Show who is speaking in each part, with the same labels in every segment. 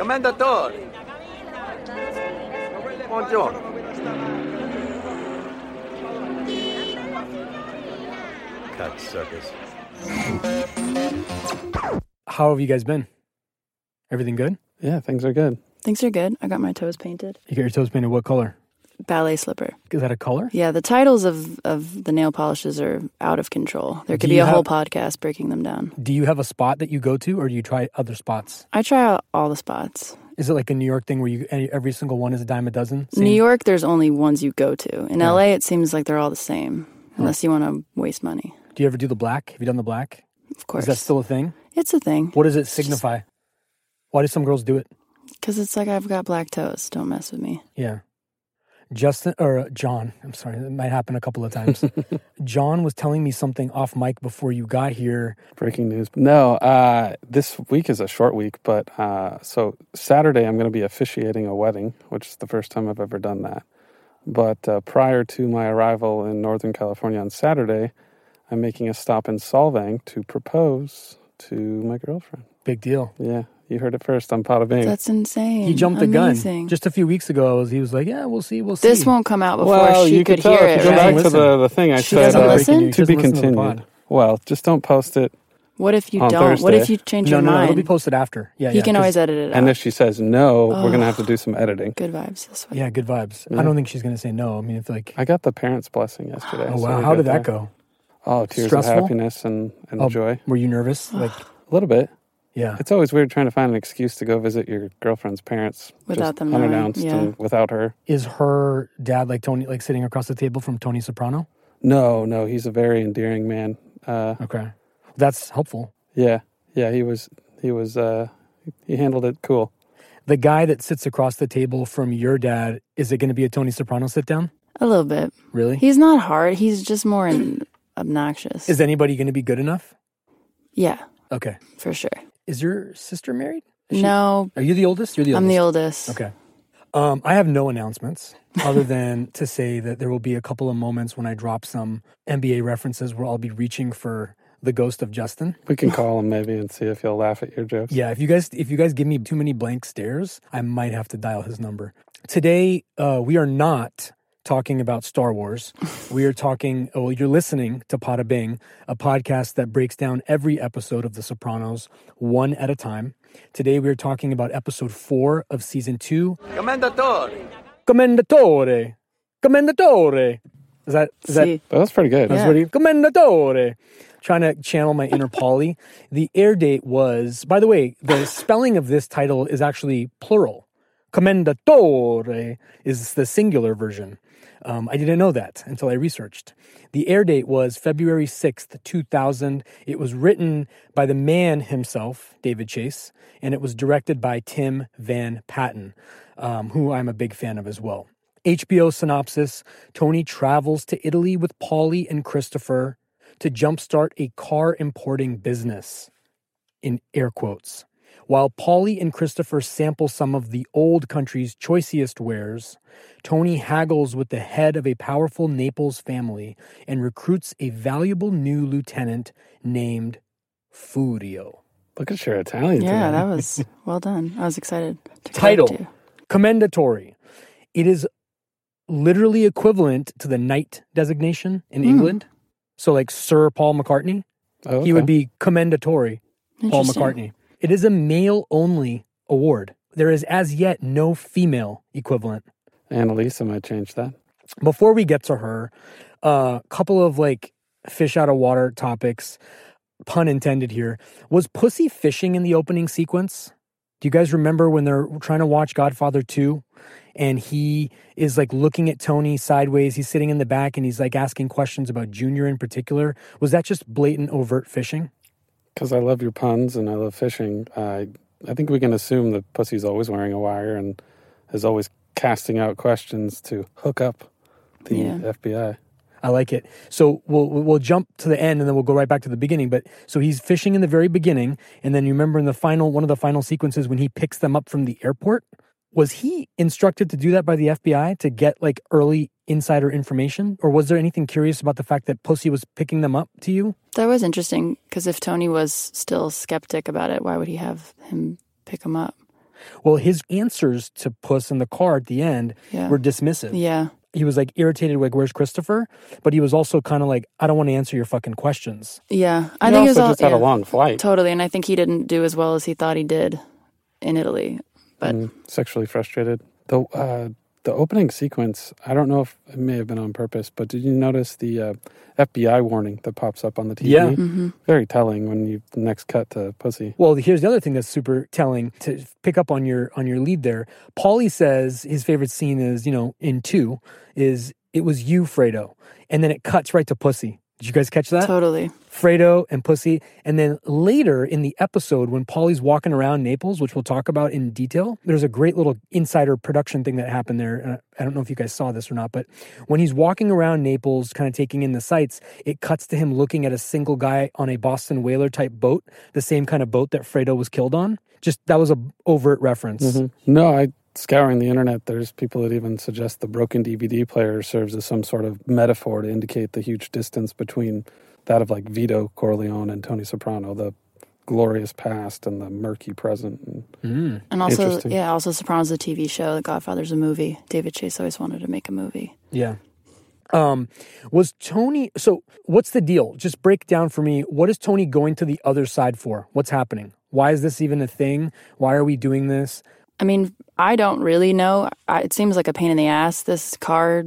Speaker 1: Commendatore! Buongiorno. Cut circus.
Speaker 2: How have you guys been? Everything good?
Speaker 3: Yeah, things are good.
Speaker 4: Things are good. I got my toes painted.
Speaker 2: You got your toes painted what color?
Speaker 4: Ballet slipper.
Speaker 2: Is that a color?
Speaker 4: Yeah, the titles of, of the nail polishes are out of control. There could
Speaker 2: Do
Speaker 4: be
Speaker 2: you
Speaker 4: a whole
Speaker 2: have-
Speaker 4: podcast breaking them down.
Speaker 2: Do you have a spot that you go to or do you try other spots?
Speaker 4: I try out all the spots.
Speaker 2: Is it like a New York thing where you any- every single one is a dime a dozen?
Speaker 4: New
Speaker 2: Same?
Speaker 4: York, there's only ones you go to. In LA, it seems like they're all the same, unless you want to waste money.
Speaker 2: Do you ever do the black? Have you done the black?
Speaker 4: Of course,
Speaker 2: Is that still a thing?
Speaker 4: it's a thing
Speaker 2: What does it signify? Why do some girls do it?
Speaker 4: because it's like I've got black toes. Don't mess with me.
Speaker 2: Yeah. Justin or uh, John, I'm sorry, that might happen a couple of times. John was telling me something off mic before you got here.
Speaker 3: Breaking news. No, uh, this week is a short week, but uh, so Saturday I'm going to be officiating a wedding, which is the first time I've ever done that. But uh, prior to my arrival in Northern California on Saturday, I'm making a stop in Solvang to propose to my girlfriend.
Speaker 2: Big deal.
Speaker 3: Yeah, you heard it first on Pot of Bing.
Speaker 4: That's insane.
Speaker 2: He jumped the
Speaker 4: Amazing.
Speaker 2: gun. Just a few weeks ago, I was, he was like, "Yeah, we'll see, we'll see."
Speaker 4: this won't come out before she
Speaker 3: you
Speaker 4: could
Speaker 3: could tell
Speaker 4: hear
Speaker 3: if
Speaker 4: it.
Speaker 3: you
Speaker 4: Right?
Speaker 3: go back to
Speaker 2: Doesn't
Speaker 3: the, the thing I
Speaker 2: She
Speaker 3: said.
Speaker 4: doesn't
Speaker 3: uh,
Speaker 4: listen?
Speaker 2: She
Speaker 3: To be
Speaker 2: doesn't listen to the pod.
Speaker 3: continued. well, just don't post it.
Speaker 4: What if you
Speaker 3: On
Speaker 4: don't? What if
Speaker 3: Thursday.
Speaker 4: you change
Speaker 2: no,
Speaker 4: your
Speaker 2: no, no,
Speaker 4: mind?
Speaker 2: it'll be posted after. Yeah,
Speaker 4: he
Speaker 2: yeah,
Speaker 4: can
Speaker 2: 'cause-
Speaker 4: always edit it out.
Speaker 3: And if she says no, we're going to have to do some editing.
Speaker 4: Good vibes this way.
Speaker 2: Yeah, good vibes. I
Speaker 3: Yeah.
Speaker 2: don't think she's gonna say no. I mean, it's like,
Speaker 3: I got the parents' blessing yesterday.
Speaker 2: oh
Speaker 3: so
Speaker 2: wow,
Speaker 3: we
Speaker 2: how
Speaker 3: got
Speaker 2: did that
Speaker 3: there.
Speaker 2: go?
Speaker 3: Oh, tears
Speaker 2: Stressful?
Speaker 3: of happiness and, and
Speaker 2: Oh.
Speaker 3: joy.
Speaker 2: Were you nervous? Like,
Speaker 3: A little bit.
Speaker 2: yeah,
Speaker 3: It's always weird trying to find an excuse to go visit your girlfriend's parents just
Speaker 4: Without them knowing,
Speaker 3: unannounced
Speaker 4: yeah.
Speaker 3: and without her.
Speaker 2: is her dad like Tony, like sitting across the table from Tony Soprano?
Speaker 3: No, no, he's a very endearing man. Uh,
Speaker 2: Okay, that's helpful.
Speaker 3: yeah, yeah, he was, he was, uh, he handled it cool.
Speaker 2: The guy that sits across the table from your dad, is it gonna be a Tony Soprano sit down?
Speaker 4: A little bit.
Speaker 2: Really?
Speaker 4: He's not hard. He's just more in- obnoxious.
Speaker 2: Is anybody gonna be good enough?
Speaker 4: yeah,
Speaker 2: Okay.
Speaker 4: for sure.
Speaker 2: Is your sister married? Is she-
Speaker 4: No,
Speaker 2: Are you the oldest? You're the oldest.
Speaker 4: I'm the oldest.
Speaker 2: Okay. Um, I have no announcements other than to say that there will be a couple of moments when I drop some NBA references where I'll be reaching for the ghost of Justin.
Speaker 3: We can call him maybe and see if he'll laugh at your jokes.
Speaker 2: Yeah, if you guys if you guys give me too many blank stares, I might have to dial his number. Today, uh, we are not talking about Star Wars. We are talking. oh, Well, you're listening to Pada Bing, a podcast that breaks down every episode of The Sopranos one at a time. Today, we are talking about episode four of season two,
Speaker 1: Commendatore!
Speaker 2: Commendatore. Commendatore. Is that is that
Speaker 4: See,
Speaker 3: That was pretty good.
Speaker 4: Yeah.
Speaker 2: that's what he Commendatore. Trying to channel my inner Polly. The air date was by the way, the spelling of this title is actually plural. Commendatore is the singular version. Um, I didn't know that until I researched. The air date was February 6th, 2000. It was written by the man himself, David Chase, and it was directed by Tim Van Patten, um, who I'm a big fan of as well. HBO synopsis Tony travels to Italy with Polly and Christopher to jumpstart a car importing business, in air quotes. While Polly and Christopher sample some of the old country's choicest wares, Tony haggles with the head of a powerful Naples family and recruits a valuable new lieutenant named Furio.
Speaker 3: Look at your Italian.
Speaker 4: yeah,
Speaker 3: today.
Speaker 4: that was well done. I was excited. To
Speaker 2: Title.
Speaker 4: correct you.
Speaker 2: Commendatory. It is literally equivalent to the knight designation in
Speaker 4: Hmm.
Speaker 2: England. So, like Sir Paul McCartney,
Speaker 3: Oh,
Speaker 2: he would
Speaker 3: okay.
Speaker 2: be commendatory Paul
Speaker 4: Interesting.
Speaker 2: McCartney. It is a male only award. There is as yet no female equivalent.
Speaker 3: Annalisa might change that.
Speaker 2: Before we get to her, a couple of like fish out of water topics, pun intended here. Was pussy fishing in the opening sequence? Do you guys remember when they're trying to watch Godfather 2 and he is like looking at Tony sideways? He's sitting in the back and he's like asking questions about Junior in particular. Was that just blatant overt fishing?
Speaker 3: Because I love your puns and I love fishing, I I think we can assume that pussy's always wearing a wire and is always casting out questions to hook up the
Speaker 4: Yeah.
Speaker 3: FBI.
Speaker 2: I like it. So we'll we'll jump to the end and then we'll go right back to the beginning. But so he's fishing in the very beginning, and then you remember in the final one of the final sequences when he picks them up from the airport. Was he instructed to do that by the FBI to get like early insider information, or was there anything curious about the fact that Pussy was picking them up to you?
Speaker 4: That was interesting because if Tony was still skeptic about it, why would he have him pick him up?
Speaker 2: Well, his answers to Puss in the car at the end
Speaker 4: Yeah.
Speaker 2: were dismissive.
Speaker 4: Yeah.
Speaker 2: He was like irritated, like, where's Christopher? But he was also kind of like, I don't want to answer your fucking questions.
Speaker 4: Yeah. I
Speaker 3: He
Speaker 4: think it was
Speaker 3: also
Speaker 4: all,
Speaker 3: just had
Speaker 4: yeah,
Speaker 3: a long flight.
Speaker 4: totally. And I think he didn't do as well as he thought he did in Italy. But
Speaker 3: Mm, sexually frustrated. The uh, the opening sequence. I don't know if it may have been on purpose, but did you notice the uh, FBI warning that pops up on the TV?
Speaker 2: Yeah.
Speaker 4: Mm-hmm.
Speaker 3: Very telling when you next cut to pussy.
Speaker 2: Well, here's the other thing that's super telling to pick up on your on your lead there. Paulie says his favorite scene is, you know, in two is it was you, Fredo. And then it cuts right to Pussy. Did you guys catch that?
Speaker 4: totally.
Speaker 2: Fredo and Pussy. And then later in the episode, when Polly's walking around Naples, which we'll talk about in detail, there's a great little insider production thing that happened there. And I- I don't know if you guys saw this or not, but when he's walking around Naples, kind of taking in the sights, it cuts to him looking at a single guy on a Boston whaler type boat, the same kind of boat that Fredo was killed on. Just that was a overt reference.
Speaker 3: Mm-hmm. No, I scouring the internet. There's people that even suggest the broken DVD player serves as some sort of metaphor to indicate the huge distance between that of like Vito Corleone and Tony Soprano, the glorious past and the murky present. And
Speaker 4: And also,
Speaker 3: Interesting.
Speaker 4: yeah, also Sopranos is a TV show. The Godfather's a movie. David Chase always wanted to make a movie.
Speaker 2: Yeah. Um, was Tony? So, what's the deal? Just break down for me. What is Tony going to the other side for? What's happening? Why is this even a thing? Why are we doing this?
Speaker 4: I mean, I don't really know. I, it seems like a pain in the ass, this car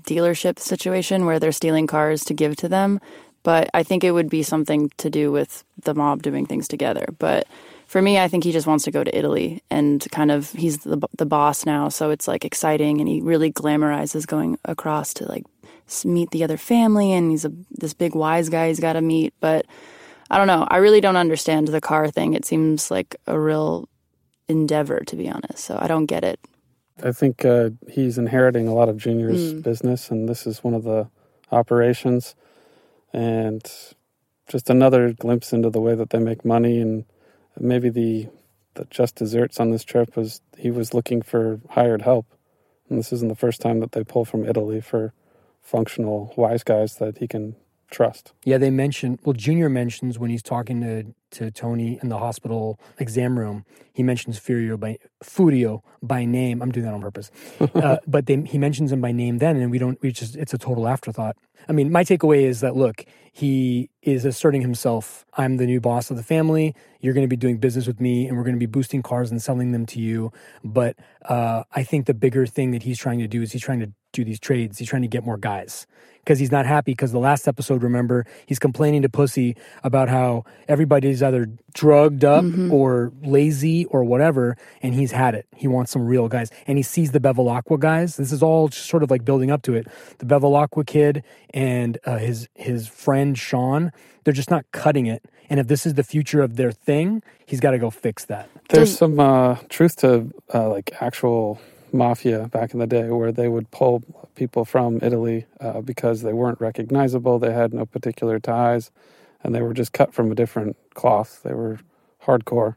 Speaker 4: dealership situation where they're stealing cars to give to them. But I think it would be something to do with the mob doing things together. But for me, I think he just wants to go to Italy and kind of, he's the, b- the boss now. So it's like exciting and he really glamorizes going across to like s- meet the other family. And he's a, this big wise guy he's got to meet. But I don't know. I really don't understand the car thing. It seems like a real endeavor, to be honest. So I don't get it.
Speaker 3: I think uh, he's inheriting a lot of Junior's business, and this is one of the operations. And just another glimpse into the way that they make money, and maybe the the just desserts on this trip was he was looking for hired help, and this isn't the first time that they pull from Italy for functional wise guys that he can trust.
Speaker 2: Yeah, they mentioned. Well, Junior mentions when he's talking to to Tony in the hospital exam room. He mentions Furio by Furio by name. I'm doing that on purpose, uh, but they, he mentions him by name then, and we don't. We just it's a total afterthought. I mean, my takeaway is that look, he is asserting himself. I'm the new boss of the family. You're going to be doing business with me, and we're going to be boosting cars and selling them to you. But uh, I think the bigger thing that he's trying to do is he's trying to do these trades. He's trying to get more guys because he's not happy. Because the last episode, remember, he's complaining to Pussy about how everybody's either drugged up or lazy or whatever, and he's had it. He wants some real guys, and he sees the Bevilacqua guys. This is all just sort of like building up to it. The Bevilacqua kid and uh, his his friend Sean, they're just not cutting it. And if this is the future of their thing, he's got to go fix that.
Speaker 3: There's
Speaker 4: Does-
Speaker 3: some uh, truth to uh, like actual mafia back in the day where they would pull people from Italy uh, because they weren't recognizable, they had no particular ties, and they were just cut from a different cloth. They were hardcore.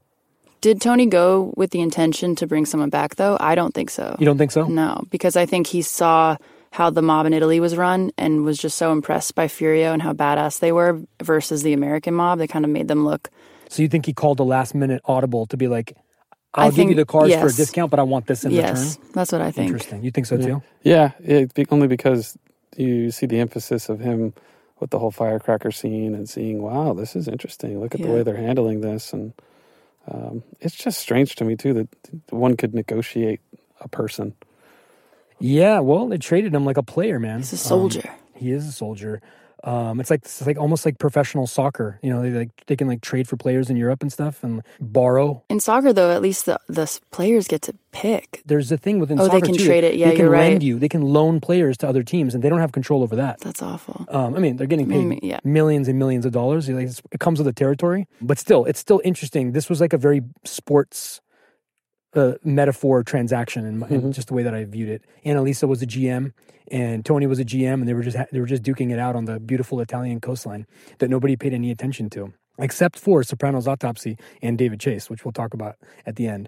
Speaker 4: Did Tony go with the intention to bring someone back, though? I don't think so.
Speaker 2: You don't think so?
Speaker 4: No, because I think he saw how the mob in Italy was run and was just so impressed by Furio and how badass they were versus the American mob. They kind of made them look.
Speaker 2: So you think he called the last minute audible to be like, "I'll give you
Speaker 4: think-
Speaker 2: the cars for a
Speaker 4: yes.
Speaker 2: discount, but I want this in return."
Speaker 4: yes, that's what I think.
Speaker 2: Interesting. You think so too?
Speaker 3: Yeah, it, be- only because you see the emphasis of him with the whole firecracker scene and seeing, wow, this is interesting. Look at the
Speaker 4: Yeah.
Speaker 3: way they're handling this, and um, it's just strange to me too that one could negotiate a person.
Speaker 2: Yeah. Well, they traded him like a player, man. Um,
Speaker 4: He's a soldier.
Speaker 2: He is a soldier. Um, it's like it's like almost like professional soccer. You know, they like they can like trade for players in Europe and stuff and borrow.
Speaker 4: in soccer, though, at least the, the s- players get to pick.
Speaker 2: There's a thing within
Speaker 4: Oh, they
Speaker 2: soccer
Speaker 4: can
Speaker 2: too.
Speaker 4: trade it. Yeah,
Speaker 2: they can
Speaker 4: you're right.
Speaker 2: lend you. They can loan players to other teams, and they don't have control over that.
Speaker 4: That's awful.
Speaker 2: Um, I mean, they're getting paid
Speaker 4: Mm, yeah.
Speaker 2: millions and millions of dollars. Like, it's- it comes with the territory, but still, it's still interesting. This was like a very sports uh, metaphor transaction, in, my in just the way that I viewed it. Annalisa was a GM, and Tony was a GM, and they were just ha- they were just duking it out on the beautiful Italian coastline that nobody paid any attention to, except for Soprano's autopsy and David Chase, which we'll talk about at the end.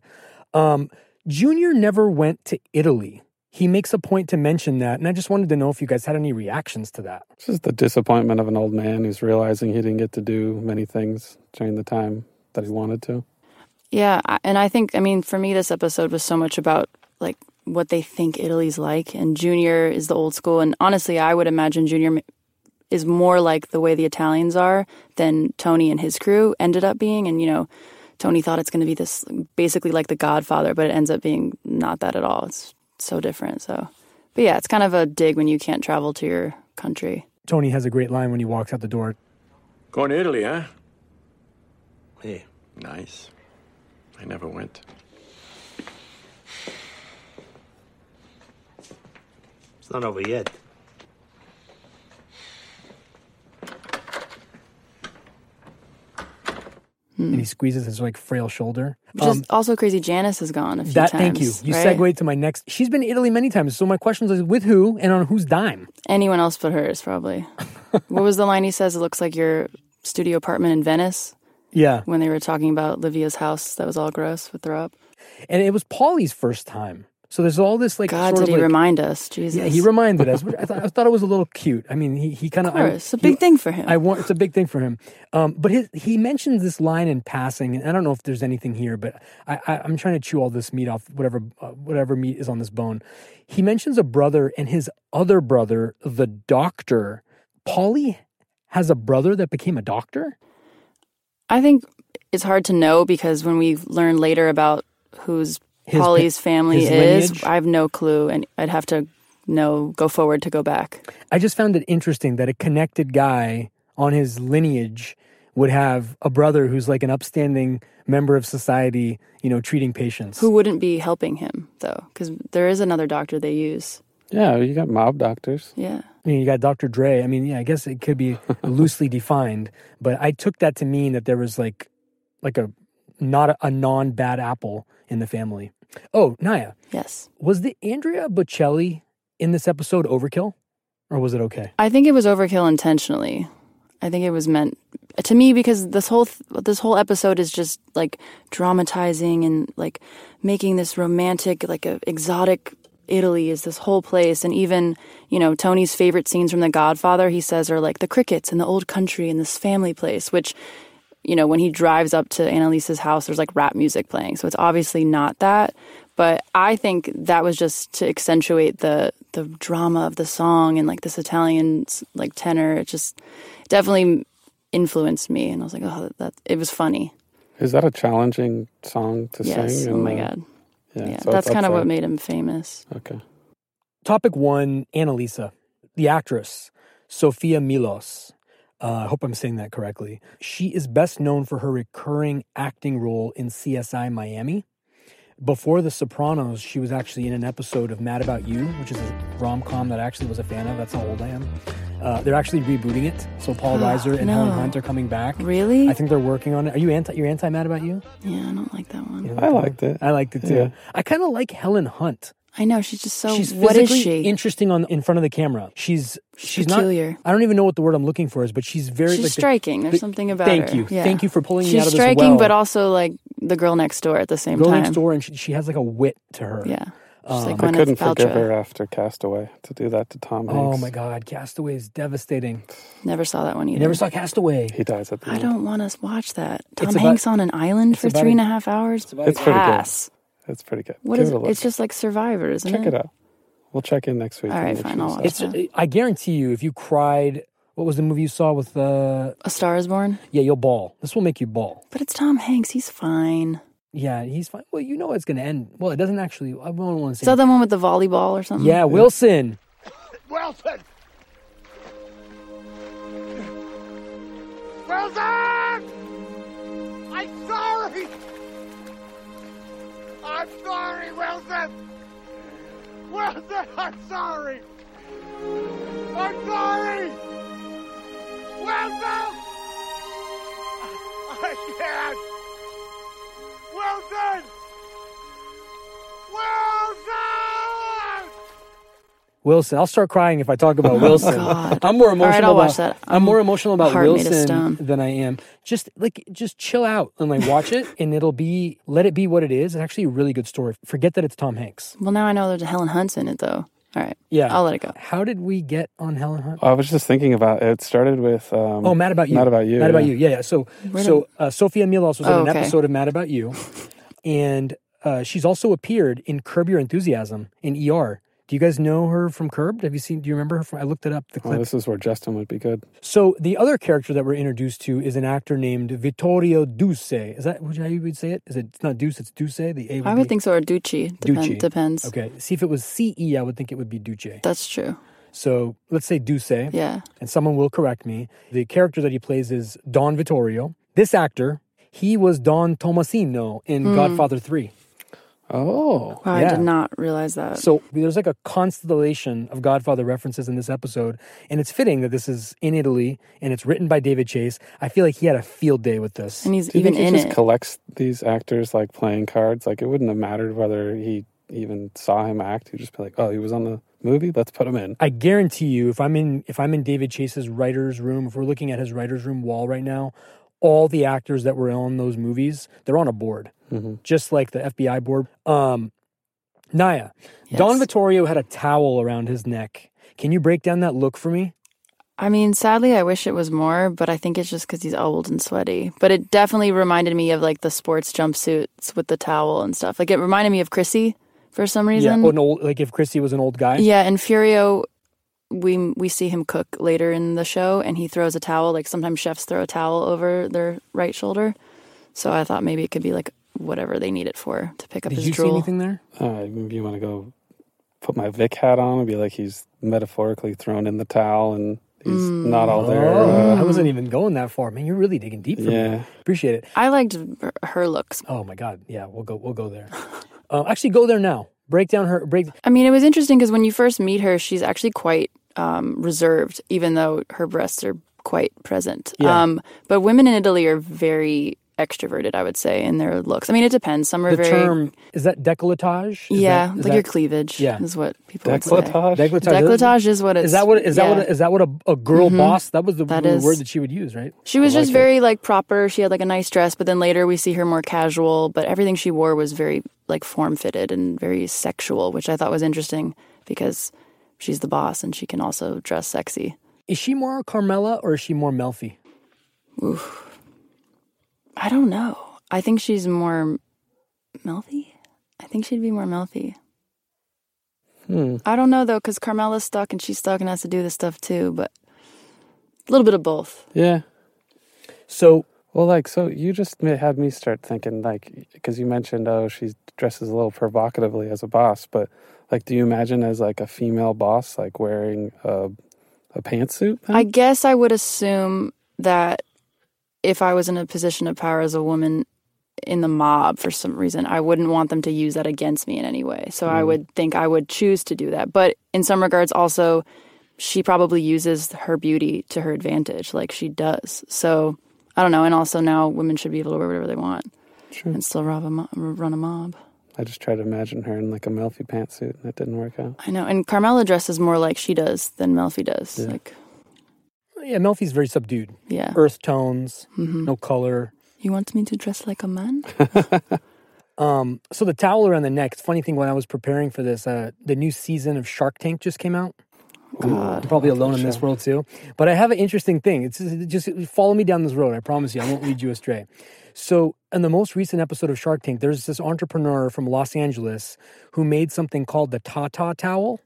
Speaker 2: Um, Junior never went to Italy. He makes a point to mention that, and I just wanted to know if you guys had any reactions to that.
Speaker 3: This is the disappointment of an old man who's realizing he didn't get to do many things during the time that he wanted to.
Speaker 4: Yeah, I- and I think I mean for me this episode was so much about like what they think Italy's like and Junior is the old school and honestly I would imagine Junior m- is more like the way the Italians are than Tony and his crew ended up being and you know Tony thought it's going to be this basically like the Godfather but it ends up being not that at all. It's so different. So but yeah, it's kind of a dig when you can't travel to your country.
Speaker 2: Tony has a great line when he walks out the door.
Speaker 5: Going to Italy, huh?
Speaker 1: Hey,
Speaker 5: Nice. I never went.
Speaker 6: It's not over yet.
Speaker 2: And he squeezes his like frail shoulder.
Speaker 4: Hmm.
Speaker 2: Um,
Speaker 4: Which is also crazy Janice has gone a few
Speaker 2: That
Speaker 4: times.
Speaker 2: thank you. You
Speaker 4: right?
Speaker 2: segued to my next. She's been to Italy many times, so my question is with who and on whose dime.
Speaker 4: Anyone else but hers, probably. what was the line he says? It looks like your studio apartment in Venice
Speaker 2: Yeah,
Speaker 4: when they were talking about Livia's house that was all gross with throw up.
Speaker 2: and it was Paulie's first time. So there's all this like
Speaker 4: God,
Speaker 2: sort
Speaker 4: did
Speaker 2: of
Speaker 4: he
Speaker 2: like-
Speaker 4: remind us? Jesus.
Speaker 2: Yeah, he reminded us. which I thought, I thought it was a little cute. I mean, he, he kind
Speaker 4: Of course. It's a big
Speaker 2: he,
Speaker 4: thing for him.
Speaker 2: I want it's a big thing for him. Um, but his, he mentions this line in passing, and I don't know if there's anything here, but I, I, I'm trying to chew all this meat off whatever uh, whatever meat is on this bone. He mentions a brother and his other brother, the doctor. Polly has a brother that became a doctor.
Speaker 4: I think it's hard to know because when we learn later about whose
Speaker 2: His
Speaker 4: Polly's
Speaker 2: pa-
Speaker 4: family
Speaker 2: his
Speaker 4: is,
Speaker 2: lineage?
Speaker 4: I have no clue, and I'd have to know go forward to go back.
Speaker 2: I just found it interesting that a connected guy on his lineage would have a brother who's like an upstanding member of society, you know, treating patients.
Speaker 4: Who wouldn't be helping him though? Because there is another doctor they use.
Speaker 3: Yeah, you got mob doctors.
Speaker 4: Yeah.
Speaker 2: I mean, you got Dr. Dre. I mean, yeah, I guess it could be loosely defined, but I took that to mean that there was like, like a not a, a non bad apple in the family. Oh, Naya,
Speaker 4: Yes.
Speaker 2: was the Andrea Bocelli in this episode overkill, or was it okay?
Speaker 4: I think it was overkill intentionally. I think it was meant to me because this whole th- this whole episode is just like dramatizing and like making this romantic like a exotic Italy is this whole place and even you know Tony's favorite scenes from The Godfather he says are like the crickets and the old country and this family place which you know when he drives up to Annalise's house there's like rap music playing so it's obviously not that but I think that was just to accentuate the the drama of the song and like this Italian like tenor. It just definitely influenced me, and I was like, oh, that, that it was funny.
Speaker 3: Is that a challenging song to
Speaker 4: yes.
Speaker 3: sing?
Speaker 4: Oh
Speaker 3: in
Speaker 4: my
Speaker 3: the-
Speaker 4: god. Yeah.
Speaker 3: so
Speaker 4: that's
Speaker 3: it's
Speaker 4: kind of
Speaker 3: up
Speaker 4: what
Speaker 3: there.
Speaker 4: made him famous.
Speaker 3: Okay.
Speaker 2: Topic one: Annalisa, the actress Sophia Milos. Uh, I hope I'm saying that correctly. She is best known for her recurring acting role in CSI Miami. Before The Sopranos, she was actually in an episode of Mad About You, which is a rom com that I actually was a fan of. That's how old I am. Uh, they're actually rebooting it, so Paul
Speaker 4: Oh,
Speaker 2: Reiser and Helen
Speaker 4: no.
Speaker 2: Hunt are coming back.
Speaker 4: Really?
Speaker 2: I think they're working on it. Are you anti? You're anti Mad About You?
Speaker 4: yeah, I don't like that one.
Speaker 3: I liked it.
Speaker 2: I liked it too.
Speaker 3: Yeah.
Speaker 2: I kind of like Helen Hunt.
Speaker 4: I know she's just so.
Speaker 2: she's
Speaker 4: what is
Speaker 2: physically
Speaker 4: she?
Speaker 2: interesting on in front of the camera. She's she's
Speaker 4: peculiar.
Speaker 2: not. I don't even know what the word I'm looking for is, but she's very
Speaker 4: she's
Speaker 2: like the-
Speaker 4: striking. There's
Speaker 2: the-
Speaker 4: something about
Speaker 2: Thank
Speaker 4: her.
Speaker 2: you,
Speaker 4: Yeah.
Speaker 2: thank you for pulling me
Speaker 4: She's
Speaker 2: out of this
Speaker 4: striking,
Speaker 2: well.
Speaker 4: but also like the girl next door at the same
Speaker 2: Girl
Speaker 4: time.
Speaker 2: next door, Uh, and she, she has like a wit to her.
Speaker 4: Yeah. She's like
Speaker 3: I
Speaker 4: Gwyneth
Speaker 3: couldn't forgive
Speaker 4: Paltrow.
Speaker 3: her after Castaway to do that to Tom Hanks.
Speaker 2: Oh my God, Castaway is devastating.
Speaker 4: Never saw that one either.
Speaker 2: You never saw Castaway.
Speaker 3: He dies at the
Speaker 4: I
Speaker 3: end.
Speaker 4: don't want to watch that. Tom
Speaker 2: about-
Speaker 4: Hanks on an island for
Speaker 2: about
Speaker 4: three
Speaker 2: a-
Speaker 4: and a half hours.
Speaker 3: It's pretty good.
Speaker 4: Pass.
Speaker 3: It's pretty good.
Speaker 4: What
Speaker 3: Give
Speaker 4: is
Speaker 3: it?
Speaker 4: it?
Speaker 3: a look.
Speaker 4: It's just like Survivor, isn't
Speaker 3: check it out. We'll check in next week.
Speaker 4: All
Speaker 3: and
Speaker 4: right,
Speaker 3: make
Speaker 4: fine,
Speaker 3: sure
Speaker 4: I'll
Speaker 3: you saw
Speaker 4: watch
Speaker 3: it.
Speaker 2: It's. I guarantee you, if you cried, what was the movie you saw with Uh,
Speaker 4: A Star Is Born.
Speaker 2: yeah, you'll ball. This will make you ball.
Speaker 4: But it's Tom Hanks. He's fine.
Speaker 2: Yeah, he's fine. Well, you know it's going to end. Well, it doesn't actually. I don't want to
Speaker 4: Is
Speaker 2: say.
Speaker 4: that the one with the volleyball or something?
Speaker 2: yeah, Wilson.
Speaker 7: Wilson! Wilson! I'm sorry! I'm sorry, Wilson! Wilson, I'm sorry! I'm sorry! Wilson! I can't! Wilson! Wilson!
Speaker 2: Wilson. I'll start crying if I talk about Wilson.
Speaker 4: Oh God.
Speaker 2: I'm more
Speaker 4: All right,
Speaker 2: emotional
Speaker 4: I'll
Speaker 2: about
Speaker 4: watch that.
Speaker 2: I'm,
Speaker 4: I'm
Speaker 2: more emotional about
Speaker 4: heart made of
Speaker 2: Wilson
Speaker 4: stone.
Speaker 2: than I am. Just like just chill out and like watch it and it'll be let it be what it is. It's actually a really good story. Forget that it's Tom Hanks.
Speaker 4: Well, now I know there's a Helen Hunt's in it, though. All right.
Speaker 2: Yeah.
Speaker 4: I'll let it go.
Speaker 2: How did we get on Helen Hunt?
Speaker 3: I was just thinking about it. Started with um,
Speaker 2: Oh, Mad About You.
Speaker 3: Mad about you.
Speaker 2: Mad
Speaker 3: yeah.
Speaker 2: About You. Yeah, yeah. So, so uh, Sophia Milos was
Speaker 4: Oh,
Speaker 2: on an
Speaker 4: okay.
Speaker 2: episode of Mad About You, and uh, she's also appeared in Curb Your Enthusiasm in ER. Do you guys know her from Curb? Have you seen? Do you remember her? From, I looked it up. The
Speaker 3: Well,
Speaker 2: clip.
Speaker 3: oh, this is where Justin would be good.
Speaker 2: So the other character that we're introduced to is an actor named Vittorio Duce. Is that would you- how you would say it? Is it? It's not Duce. It's Duce. The A. Would
Speaker 4: I would
Speaker 2: be-
Speaker 4: think so. Or Ducci. Depend,
Speaker 2: Ducci.
Speaker 4: Depends.
Speaker 2: Okay. See if it was C E. I would think it would be Duce.
Speaker 4: That's true.
Speaker 2: So let's say Duce.
Speaker 4: Yeah.
Speaker 2: and someone will correct me. The character that he plays is Don Vittorio. This actor, he was Don Tomasino in
Speaker 4: Hmm.
Speaker 2: Godfather 3.
Speaker 3: Oh,
Speaker 4: Wow,
Speaker 2: Yeah.
Speaker 4: I did not realize that.
Speaker 2: So there's like a constellation of Godfather references in this episode, and it's fitting that this is in Italy and it's written by David Chase. I feel like he had a field day with this.
Speaker 4: and he's
Speaker 3: do you
Speaker 4: even
Speaker 3: think he
Speaker 4: in
Speaker 3: just
Speaker 4: it.
Speaker 3: collects these actors like playing cards? Like it wouldn't have mattered whether he even saw him act. He'd just be like, "Oh, he was on the movie. Let's put him in."
Speaker 2: I guarantee you, if I'm in if I'm in David Chase's writers' room, if we're looking at his writers' room wall right now, all the actors that were on those movies, they're on a board, just like the FBI board. Um, Naya, Don
Speaker 4: Yes.
Speaker 2: Vittorio had a towel around his neck. Can you break down that look for me?
Speaker 4: I mean, sadly, I wish it was more, but I think it's just because he's old and sweaty. But it definitely reminded me of like the sports jumpsuits with the towel and stuff. Like it reminded me of Chrissy for some reason.
Speaker 2: yeah, Oh, an old, like if Chrissy was an old guy.
Speaker 4: Yeah, and Furio, we we see him cook later in the show, and he throws a towel. Like sometimes chefs throw a towel over their right shoulder. So I thought maybe it could be like whatever they need it for to pick up
Speaker 2: Did
Speaker 4: his
Speaker 2: you see
Speaker 4: drool.
Speaker 2: anything there?
Speaker 3: Uh, you want to go put my Vic hat on and be like he's metaphorically thrown in the towel and he's
Speaker 4: Mm.
Speaker 3: not all there.
Speaker 2: Oh,
Speaker 3: Uh,
Speaker 2: I wasn't even going that far, man. You're really digging deep for me.
Speaker 3: yeah,
Speaker 2: Appreciate it.
Speaker 4: I liked her- her looks.
Speaker 2: Oh my god, yeah, we'll go, we'll go there. uh, actually, go there now. Break down her break.
Speaker 4: I mean, it was interesting because when you first meet her, she's actually quite um, reserved, even though her breasts are quite present.
Speaker 2: Yeah.
Speaker 4: Um, but women in Italy are very extroverted, I would say, in their looks. I mean, it depends. Some are
Speaker 2: The
Speaker 4: very
Speaker 2: term is that décolletage. Is
Speaker 4: yeah,
Speaker 2: that- is
Speaker 4: like
Speaker 2: that-
Speaker 4: your cleavage.
Speaker 2: Yeah.
Speaker 4: is what people would say.
Speaker 3: decolletage.
Speaker 4: Decolletage is what it's.
Speaker 2: Is that what is that
Speaker 4: yeah. Mm-hmm.
Speaker 2: what is that what a, a girl boss? That was the
Speaker 4: That
Speaker 2: the
Speaker 4: is-
Speaker 2: word that she would use, right?
Speaker 4: She was just very like proper. She had like a nice dress, but then later we see her more casual. But everything she wore was very like form fitted and very sexual, which I thought was interesting because she's the boss and she can also dress sexy.
Speaker 2: Is she more Carmela or is she more Melfi?
Speaker 4: I don't know. I think she's more Melfi. I think she'd be more Melfi.
Speaker 2: Hmm.
Speaker 4: I don't know though, because Carmela's stuck and she's stuck and has to do this stuff too. But a little bit of both.
Speaker 3: Yeah.
Speaker 2: So
Speaker 3: Well, like, so you just ma- had me start thinking, like, because you mentioned, oh, she dresses a little provocatively as a boss, but like, do you imagine as like a female boss, like wearing a, a pantsuit? then?
Speaker 4: I guess I would assume that if I was in a position of power as a woman in the mob for some reason, I wouldn't want them to use that against me in any way. So I would think I would choose to do that. But in some regards, also, she probably uses her beauty to her advantage, like she does. So I don't know. And also, now women should be able to wear whatever they want and still rob a mo- run a mob.
Speaker 3: I just tried to imagine her in like a Melfi pantsuit, and it didn't work out.
Speaker 4: I know. And Carmela dresses more like she does than Melfi does. Like,
Speaker 2: yeah, Melfi's very subdued.
Speaker 4: yeah. Mm-hmm.
Speaker 2: Earth tones, no color.
Speaker 4: You want me to dress like a man?
Speaker 2: Um, so the towel around the neck. It's a funny thing when I was preparing for this, uh, the new season of Shark Tank just came out.
Speaker 4: God.
Speaker 2: I'm probably alone in this world too. But I have an interesting thing. It's it's just follow me down this road. I promise you, I won't lead you astray. So, in the most recent episode of Shark Tank, there's this entrepreneur from Los Angeles who made something called the Tata towel.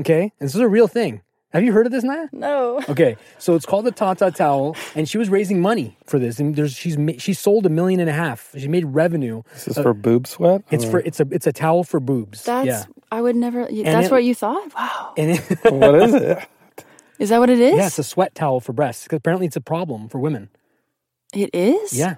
Speaker 2: Okay, and this is a real thing. Have you heard of this, Naya?
Speaker 4: No.
Speaker 2: Okay, so it's called the Tata towel, and she was raising money for this. And there's she's ma- she sold a million and a half. She made revenue.
Speaker 3: This is for boob sweat?
Speaker 2: It's
Speaker 3: or
Speaker 2: for it's a it's a towel for boobs.
Speaker 4: That's
Speaker 2: yeah.
Speaker 4: I would never. y- That's
Speaker 2: it-
Speaker 4: what you thought. Wow.
Speaker 2: And it,
Speaker 3: what is it?
Speaker 4: Is that what it is?
Speaker 2: yeah, it's a sweat towel for breasts. 'cause apparently, it's a problem for women.
Speaker 4: it is.
Speaker 2: Yeah.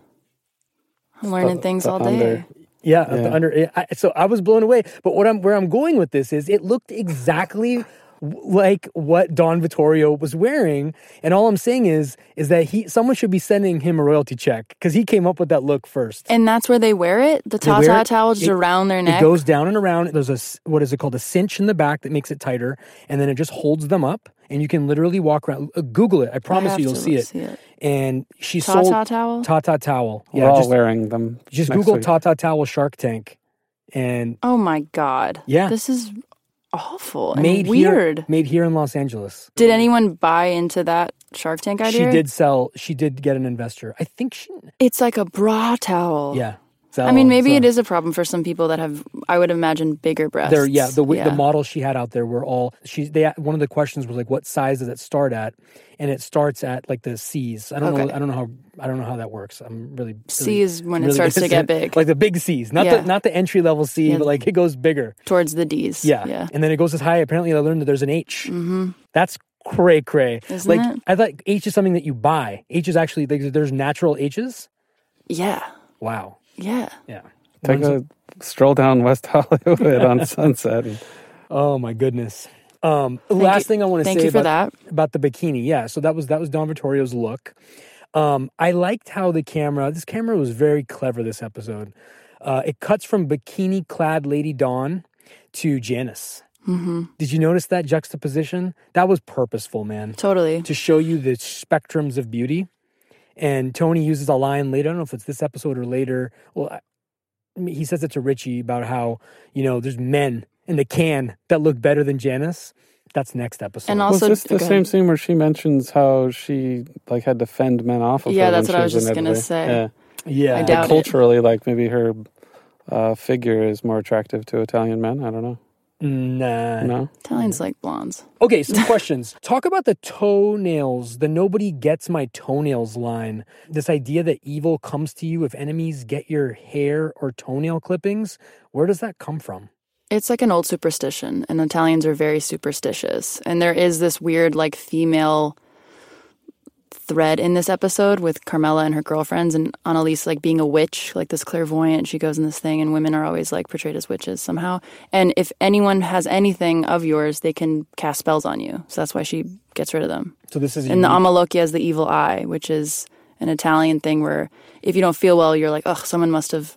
Speaker 4: I'm learning
Speaker 3: The-
Speaker 4: things
Speaker 3: the
Speaker 4: all
Speaker 3: under.
Speaker 4: day.
Speaker 2: Yeah, of the
Speaker 3: Yeah.
Speaker 2: under. I, so I was blown away. But what I'm where I'm going with this is it looked exactly w- like what Don Vittorio was wearing, and all I'm saying is is that he someone should be sending him a royalty check because he came up with that look first.
Speaker 4: And that's where they wear it. The
Speaker 2: They wear
Speaker 4: tata
Speaker 2: it-
Speaker 4: towel just
Speaker 2: it-
Speaker 4: around their
Speaker 2: It
Speaker 4: neck.
Speaker 2: goes down and around. There's a s- what is it called a cinch in the back that makes it tighter, and then it just holds them up, and you can literally walk around. Uh, Google it. I promise
Speaker 4: have
Speaker 2: you, you'll
Speaker 4: to
Speaker 2: see it.
Speaker 4: see it.
Speaker 2: And she
Speaker 4: Tata
Speaker 2: sold
Speaker 4: towel?
Speaker 2: Tata towel.
Speaker 3: We're
Speaker 2: Yeah,
Speaker 3: all
Speaker 2: just,
Speaker 3: wearing them.
Speaker 2: just
Speaker 3: next
Speaker 2: Google
Speaker 3: week.
Speaker 2: Tata towel Shark Tank, and
Speaker 4: oh my god.
Speaker 2: Yeah.
Speaker 4: This is awful and
Speaker 2: Made
Speaker 4: weird.
Speaker 2: here, made here in Los Angeles.
Speaker 4: Did anyone buy into that Shark Tank idea?
Speaker 2: She did sell. She did get an investor. I think she.
Speaker 4: It's like a bra towel.
Speaker 2: Yeah. Oh,
Speaker 4: I mean, maybe it is a problem for some people that have, I would imagine, bigger breasts.
Speaker 2: There, yeah, the yeah. the model she had out there were all she. They one of the questions was like, "What size does it start at?" And it starts at like the C's. I don't know.
Speaker 4: Okay.
Speaker 2: I don't know how. I don't know how that works. I'm really
Speaker 4: C is when it
Speaker 2: really
Speaker 4: starts to get big
Speaker 2: like the big C's, not
Speaker 4: Yeah.
Speaker 2: the not the entry level C,
Speaker 4: Yeah.
Speaker 2: but like it goes bigger.
Speaker 4: towards the D's.
Speaker 2: Yeah.
Speaker 4: Yeah.
Speaker 2: And then it goes as high. Apparently, I learned that there's an H. Mm-hmm. That's cray cray.
Speaker 4: Isn't
Speaker 2: Like
Speaker 4: it?
Speaker 2: I thought H is something that you buy. H is actually like there's natural H's.
Speaker 4: Yeah.
Speaker 2: Wow.
Speaker 4: Yeah.
Speaker 2: Yeah.
Speaker 3: Take a stroll down West Hollywood on Sunset. And,
Speaker 2: Oh my goodness. Um,
Speaker 4: Thank
Speaker 2: last
Speaker 4: you-
Speaker 2: thing I want to
Speaker 4: Thank
Speaker 2: say
Speaker 4: you for
Speaker 2: about
Speaker 4: that.
Speaker 2: about the bikini. Yeah, so that was that was Don Vittorio's look. Um, I liked how the camera. This camera was very clever this episode. Uh, it cuts from bikini-clad Lady Dawn to Janice. Mm-hmm. Did you notice that juxtaposition? That was purposeful, man,
Speaker 4: Totally.
Speaker 2: to show you the spectrums of beauty. And Tony uses a line later. I don't know if it's this episode or later. Well, I, I mean, he says it to Richie about how you know there's men in the can that look better than Janice. That's next episode.
Speaker 4: And
Speaker 3: was
Speaker 4: Also-
Speaker 3: this the
Speaker 4: go ahead.
Speaker 3: same scene where she mentions how she like had to fend men off of
Speaker 4: Yeah,
Speaker 3: her?
Speaker 4: that's
Speaker 3: when
Speaker 4: what I was
Speaker 3: she in
Speaker 4: just gonna
Speaker 3: Italy?
Speaker 4: say.
Speaker 3: Yeah.
Speaker 2: yeah,
Speaker 4: I doubt it.
Speaker 3: culturally, like maybe her uh, figure is more attractive to Italian men. I don't know.
Speaker 2: Nah.
Speaker 3: No,
Speaker 4: Italians like blondes.
Speaker 2: Okay, some questions. Talk about the toenails, the nobody gets my toenails line. This idea that evil comes to you if enemies get your hair or toenail clippings. Where does that come from?
Speaker 4: It's like an old superstition, and Italians are very superstitious. And there is this weird, like, female thread in this episode with Carmela and her girlfriends, and Annalise, like, being a witch, like this clairvoyant. She goes in this thing, and women are always, like, portrayed as witches somehow. And if anyone has anything of yours, they can cast spells on you. So that's why she gets rid of them.
Speaker 2: So this is
Speaker 4: And the Amalokya is the evil eye, which is an Italian thing where if you don't feel well, you're like, ugh, someone must have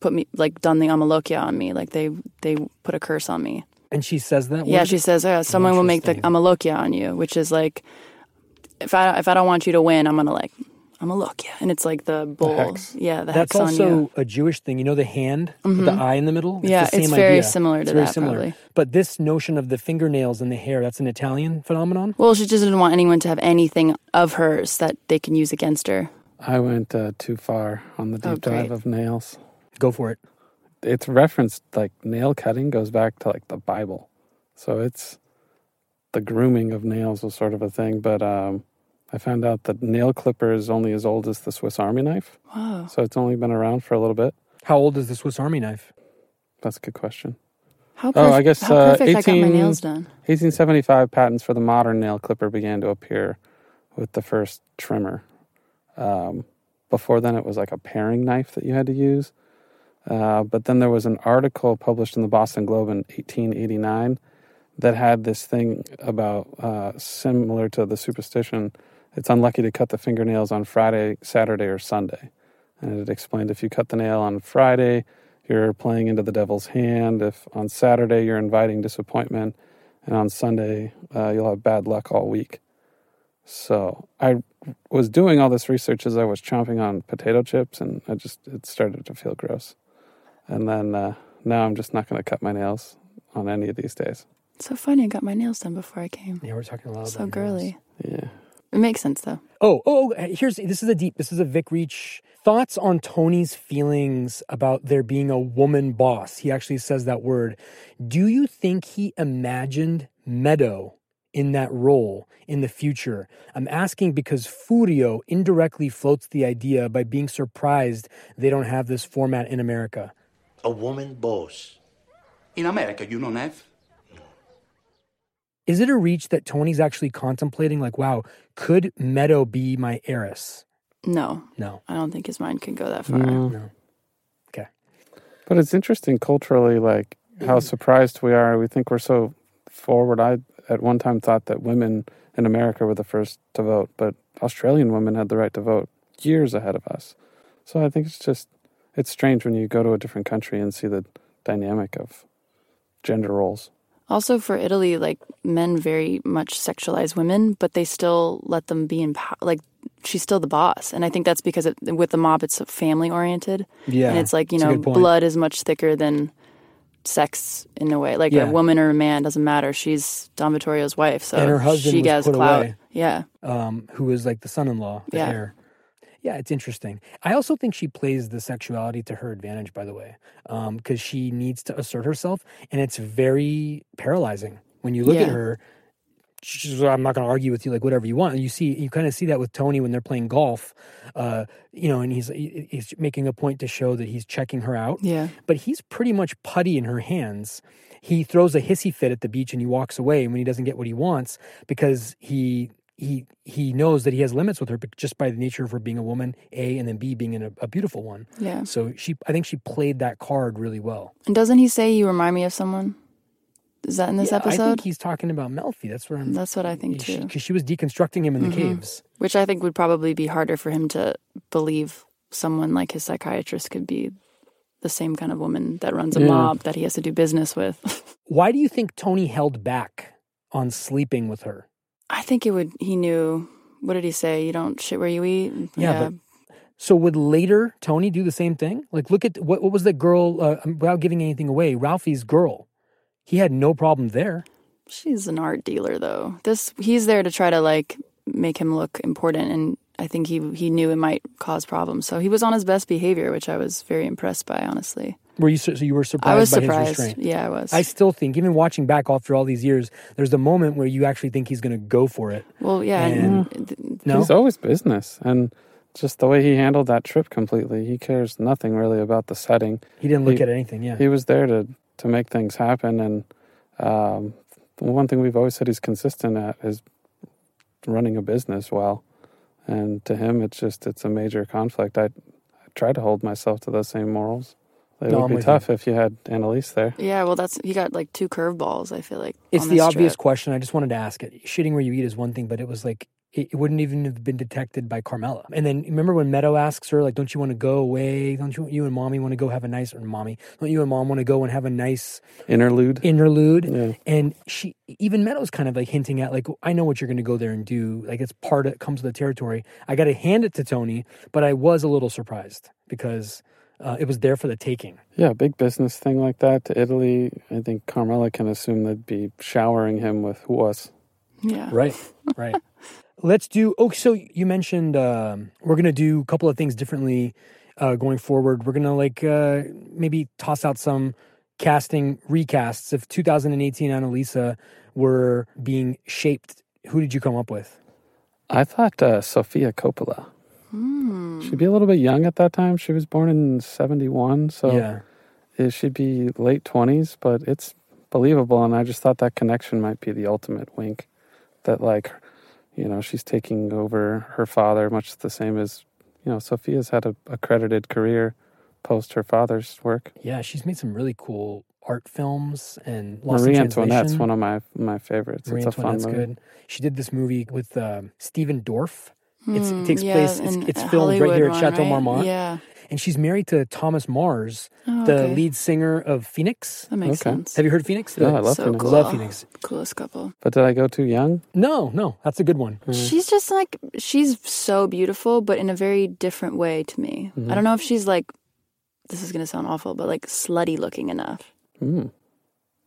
Speaker 4: put me like done the Amalokya on me, like they they put a curse on me.
Speaker 2: and she says that.
Speaker 4: yeah,
Speaker 2: Where-
Speaker 4: she says, yeah, someone will make the Amalokya on you, which is like, if I if I don't want you to win, I'm gonna like Amalokya, and it's like the bull,
Speaker 3: hex.
Speaker 4: yeah, the
Speaker 2: that's
Speaker 4: hex
Speaker 2: also
Speaker 4: on you. Mm-hmm.
Speaker 2: a Jewish thing. You know the hand with the eye in the middle.
Speaker 4: Yeah,
Speaker 2: the same
Speaker 4: it's very
Speaker 2: idea.
Speaker 4: similar to
Speaker 2: it's very
Speaker 4: that,
Speaker 2: Similar.
Speaker 4: probably.
Speaker 2: But this notion of the fingernails and the hair—that's an Italian phenomenon.
Speaker 4: Well, she just didn't want anyone to have anything of hers that they can use against her.
Speaker 3: I went uh, too far on the deep
Speaker 4: Oh,
Speaker 3: dive
Speaker 4: great.
Speaker 3: of nails.
Speaker 2: Go for it.
Speaker 3: It's referenced like nail cutting goes back to like the Bible, so it's the grooming of nails was sort of a thing. But um, I found out that nail clipper is only as old as the Swiss Army knife,
Speaker 4: Whoa,
Speaker 3: so it's only been around for a little bit.
Speaker 2: How old is the Swiss Army knife?
Speaker 3: That's a good question.
Speaker 4: how,
Speaker 3: Oh,
Speaker 4: perf-
Speaker 3: I guess,
Speaker 4: how
Speaker 3: uh,
Speaker 4: perfect I got
Speaker 3: 18
Speaker 4: my nails done.
Speaker 3: 1875 patents for the modern nail clipper began to appear with the first trimmer. Um, before then, it was like a paring knife that you had to use. Uh, but then there was an article published in the Boston Globe in 1889 that had this thing about uh, similar to the superstition it's unlucky to cut the fingernails on Friday, Saturday, or Sunday. And it explained if you cut the nail on Friday, you're playing into the devil's hand. If on Saturday, you're inviting disappointment and on Sunday uh, you'll have bad luck all week. So I was doing all this research as I was chomping on potato chips, and I just it started to feel gross. And then uh, now I'm just not going to cut my nails on any of these days.
Speaker 4: It's so funny, I got my nails done before I came.
Speaker 2: Yeah, we're talking a lot.
Speaker 4: So
Speaker 2: about your nails.
Speaker 4: girly.
Speaker 3: Yeah,
Speaker 4: It makes sense though.
Speaker 2: Oh, oh, oh, here's this is a deep. This is a Vic Reach thoughts on Tony's feelings about there being a woman boss. He actually says that word. Do you think he imagined Meadow in that role in the future? I'm asking because Furio indirectly floats the idea by being surprised they don't have this format in America.
Speaker 6: A woman boss.
Speaker 8: In America, you don't have?
Speaker 2: Is it a reach that Tony's actually contemplating? Like, wow, could Meadow be my heiress?
Speaker 4: No,
Speaker 2: No.
Speaker 4: I don't think his mind can go that far.
Speaker 2: Okay.
Speaker 3: but it's interesting culturally, like how surprised we are. We think we're so forward. I at one time thought that women in America were the first to vote, but Australian women had the right to vote years ahead of us. So I think it's just it's strange when you go to a different country and see the dynamic of gender roles.
Speaker 4: Also, for Italy, like men very much sexualize women, but they still let them be in power. Like she's still the boss, and I think that's because it, with the mob, it's family oriented,
Speaker 2: Yeah.
Speaker 4: and it's like you
Speaker 2: that's a
Speaker 4: know,
Speaker 2: good point.
Speaker 4: blood is much thicker than sex in a way, like
Speaker 2: Yeah.
Speaker 4: a woman or a man doesn't matter. She's Don Vittorio's wife, so
Speaker 2: And her husband
Speaker 4: she
Speaker 2: was
Speaker 4: has
Speaker 2: put
Speaker 4: clout.
Speaker 2: away.
Speaker 4: Yeah,
Speaker 2: um, who is like the son-in-law, the
Speaker 4: Yeah.
Speaker 2: heir. Yeah, it's interesting. I also think she plays the sexuality to her advantage, by the way, because she needs to assert herself, and it's very paralyzing when you look at
Speaker 4: Yeah.
Speaker 2: her. She's, I'm not going to argue with you, like whatever you want. And you see, you kind of see that with Tony when they're playing golf, uh, you know, and he's he- he's making a point to show that he's checking her out
Speaker 4: yeah,
Speaker 2: but he's pretty much putty in her hands. He throws a hissy fit at the beach and he walks away when he doesn't get what he wants because he he he knows that he has limits with her but just by the nature of her being a woman, A, and then B being in a, a beautiful one.
Speaker 4: yeah.
Speaker 2: So she I think she played that card really well.
Speaker 4: And doesn't he say you remind me of someone? Is that in this
Speaker 2: Yeah, I
Speaker 4: episode?
Speaker 2: think he's talking about Melfi. That's what I'm
Speaker 4: That's what I think too.
Speaker 2: because she, was deconstructing him in the caves.
Speaker 4: Which I think would probably be harder for him to believe someone like his psychiatrist could be the same kind of woman that runs a
Speaker 3: Yeah.
Speaker 4: mob that he has to do business with.
Speaker 2: Why do you think Tony held back on sleeping with her?
Speaker 4: I think it would. He knew. What did he say? You don't shit where you eat.
Speaker 2: Yeah, So would later Tony do the same thing? Like, look at what what was the girl? Uh, without giving anything away, Ralphie's girl. He had no problem there.
Speaker 4: she's an art dealer though. This he's there to try to like make him look important, and I think he he knew it might cause problems. So he was on his best behavior, which I was very impressed by. Honestly,
Speaker 2: Were you sur- so you were surprised
Speaker 4: I was
Speaker 2: by his
Speaker 4: surprised.
Speaker 2: restraint?
Speaker 4: Yeah, I was.
Speaker 2: I still think, even watching back after all these years, there's the moment where you actually think he's going to go for it.
Speaker 4: well, yeah, and, th-
Speaker 2: No,
Speaker 3: He's always business, and just the way he handled that trip completely. He cares nothing really about the setting.
Speaker 2: he didn't look
Speaker 3: he-
Speaker 2: at anything. Yeah,
Speaker 3: He was there to to make things happen, and um, the one thing we've always said he's consistent at is running a business well. And to him, it's just it's a major conflict. I, I try to hold myself to those same morals. They
Speaker 2: No,
Speaker 3: would
Speaker 2: I'm
Speaker 3: be
Speaker 2: with
Speaker 3: tough if you had Annalise there.
Speaker 4: yeah. Well, that's he got like two curveballs. I feel like
Speaker 2: it's
Speaker 4: on
Speaker 2: the
Speaker 4: this
Speaker 2: obvious
Speaker 4: trip.
Speaker 2: question. I just wanted to ask it. Shitting where you eat is one thing, but it was like it, it wouldn't even have been detected by Carmela. And then remember when Meadow asks her, like, "Don't you want to go away? Don't you you and mommy want to go have a nice or mommy? Don't you and mom want to go and have a nice?"
Speaker 3: Interlude.
Speaker 2: interlude
Speaker 3: Yeah.
Speaker 2: and she even meadows kind of like hinting at like i know what you're going to go there and do like it's part of it comes with the territory i got to hand it to tony but i was a little surprised because uh, it was there for the taking
Speaker 3: Yeah, big business thing like that to Italy. I think Carmela can assume they'd be showering him with was.
Speaker 4: Yeah.
Speaker 2: right right let's do oh so you mentioned um, we're going to do a couple of things differently uh, going forward we're going to like uh, maybe toss out some casting recasts if 2018 annalisa were being shaped who did you come up with
Speaker 3: I thought uh, Sofia Coppola.
Speaker 4: Hmm.
Speaker 3: She'd be a little bit young at that time. She was born in 71, so it- she'd be late 20s, but it's believable. And I just thought that connection might be the ultimate wink that, like, you know, she's taking over her father, much the same as, you know, Sophia's had a accredited career post her father's work.
Speaker 2: Yeah, she's made some really cool art films and Lost
Speaker 3: Marie
Speaker 2: in
Speaker 3: Antoinette's
Speaker 2: Translation.
Speaker 3: one of my my favorites.
Speaker 2: Marie
Speaker 3: it's a fun
Speaker 2: Antoinette's
Speaker 3: movie.
Speaker 2: good. She did this movie with um, Stephen Dorff. It's, it
Speaker 4: Hmm,
Speaker 2: takes
Speaker 4: yeah,
Speaker 2: place. It's,
Speaker 4: and
Speaker 2: it's
Speaker 4: a
Speaker 2: filmed right here
Speaker 4: Hollywood
Speaker 2: at
Speaker 4: one,
Speaker 2: Chateau
Speaker 4: right?
Speaker 2: Marmont,
Speaker 4: Yeah.
Speaker 2: and she's married to Thomas Mars,
Speaker 4: Oh,
Speaker 2: the
Speaker 4: okay.
Speaker 2: lead singer of Phoenix.
Speaker 4: That makes
Speaker 3: Okay.
Speaker 4: sense.
Speaker 2: Have you heard Phoenix?
Speaker 3: Yeah, Oh, I love
Speaker 4: so
Speaker 3: Phoenix.
Speaker 4: cool.
Speaker 2: Love Phoenix.
Speaker 4: Coolest couple.
Speaker 3: But did I go too young?
Speaker 2: No, no, that's a good one.
Speaker 4: She's just like she's so beautiful, but in a very different way to me.
Speaker 2: Mm-hmm.
Speaker 4: I don't know if she's like this is gonna sound awful, but like slutty looking enough.
Speaker 2: Hmm.
Speaker 3: Mm.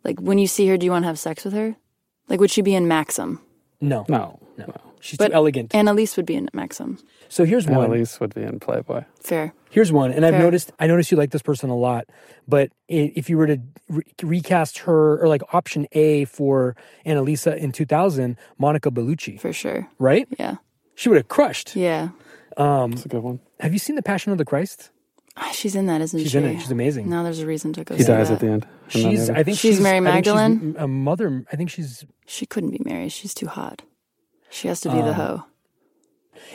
Speaker 4: Like when you see her, do you want to have sex with her? Like would she be in Maxim?
Speaker 2: No,
Speaker 3: No,
Speaker 2: No.
Speaker 3: no.
Speaker 2: she's
Speaker 4: But-
Speaker 2: too elegant.
Speaker 4: Annalise would be in Maxim.
Speaker 2: So here's one.
Speaker 3: Annalise would be in Playboy.
Speaker 4: Fair.
Speaker 2: Here's one, and I've
Speaker 4: Fair.
Speaker 2: noticed I noticed you like this person a lot, but i- if you were to re- recast her or like option A for Annalisa in 2000, Monica Bellucci,
Speaker 4: For sure.
Speaker 2: right?
Speaker 4: Yeah.
Speaker 2: She would have crushed.
Speaker 4: Yeah.
Speaker 2: Um,
Speaker 3: That's a good one.
Speaker 2: have you seen The Passion of the Christ?
Speaker 4: Ah, She's in that, isn't
Speaker 2: She's
Speaker 4: she?
Speaker 2: in it. She's amazing.
Speaker 4: Now there's a reason to go
Speaker 3: He
Speaker 4: see
Speaker 3: dies
Speaker 4: that.
Speaker 3: at the end. in that
Speaker 2: She's
Speaker 3: movie.
Speaker 2: I think
Speaker 4: She's Mary
Speaker 2: I think she's
Speaker 4: Magdalene?
Speaker 2: a mother. I think she's
Speaker 4: She couldn't be married. She's too hot. She has to be
Speaker 3: Um,
Speaker 4: the hoe.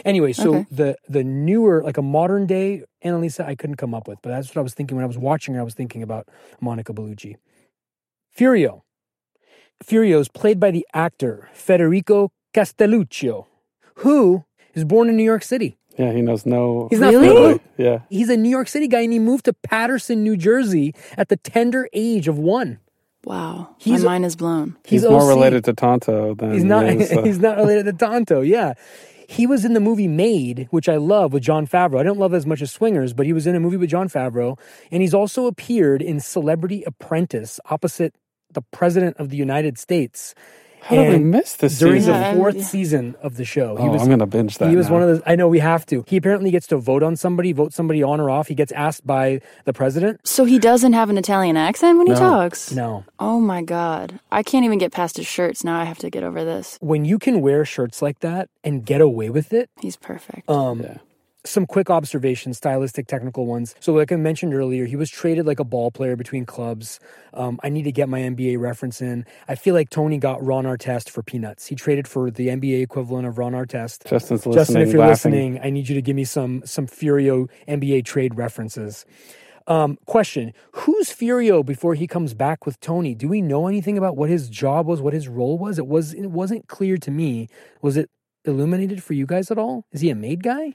Speaker 2: anyway. So
Speaker 4: Okay.
Speaker 2: the the newer like a modern day Annalisa, I couldn't come up with, but that's what I was thinking when I was watching her. I was thinking about Monica Bellucci. Furio. Furio is played by the actor Federico Castelluccio, who is born in New York City.
Speaker 3: Yeah, he knows no.
Speaker 2: He's not
Speaker 4: Really?
Speaker 2: from-
Speaker 3: Really? Yeah.
Speaker 2: He's a New York City guy, and he moved to Patterson, New Jersey, at the tender age of one.
Speaker 4: Wow.
Speaker 2: He's-
Speaker 4: My mind is blown.
Speaker 3: He's,
Speaker 2: OC.
Speaker 3: more related to Tonto than
Speaker 2: He's not.
Speaker 3: he is, uh,
Speaker 2: he's not related to Tonto. Yeah, He was in the movie Made, which I love with John Favreau. I don't love as much as Swingers, but he was in a movie with John Favreau. And he's also appeared in Celebrity Apprentice opposite the President of the United States.
Speaker 3: How did we
Speaker 2: And
Speaker 3: miss this
Speaker 2: during
Speaker 3: season?
Speaker 4: Yeah,
Speaker 2: the
Speaker 4: I-
Speaker 2: fourth
Speaker 4: yeah.
Speaker 2: season of the show.
Speaker 3: Oh, I'm gonna binge that
Speaker 2: He was
Speaker 3: now.
Speaker 2: one of those. I know we have to. He apparently gets to vote on somebody, vote somebody on or off. He gets asked by the president.
Speaker 4: So he doesn't have an Italian accent when he talks?
Speaker 2: No.
Speaker 4: Oh my God. I can't even get past his shirts. Now I have to get over this.
Speaker 2: When you can wear shirts like that and get away with it,
Speaker 4: He's
Speaker 3: Oh.
Speaker 4: perfect.
Speaker 2: um, some quick observations, stylistic, technical ones. So, like I mentioned earlier, he was traded like a ball player between clubs. Um, I need to get my NBA reference in. I feel like Tony got Ron Artest for peanuts. He traded for the NBA equivalent of Ron Artest.
Speaker 3: Justin's listening.
Speaker 2: Justin, if you're
Speaker 3: laughing.
Speaker 2: listening, I need you to give me some some Furio NBA trade references. Um, question: Who's Furio before he comes back with Tony? Do we know anything about what his job was, what his role was? It was it wasn't clear to me. Was it illuminated for you guys at all? Is he a maid guy?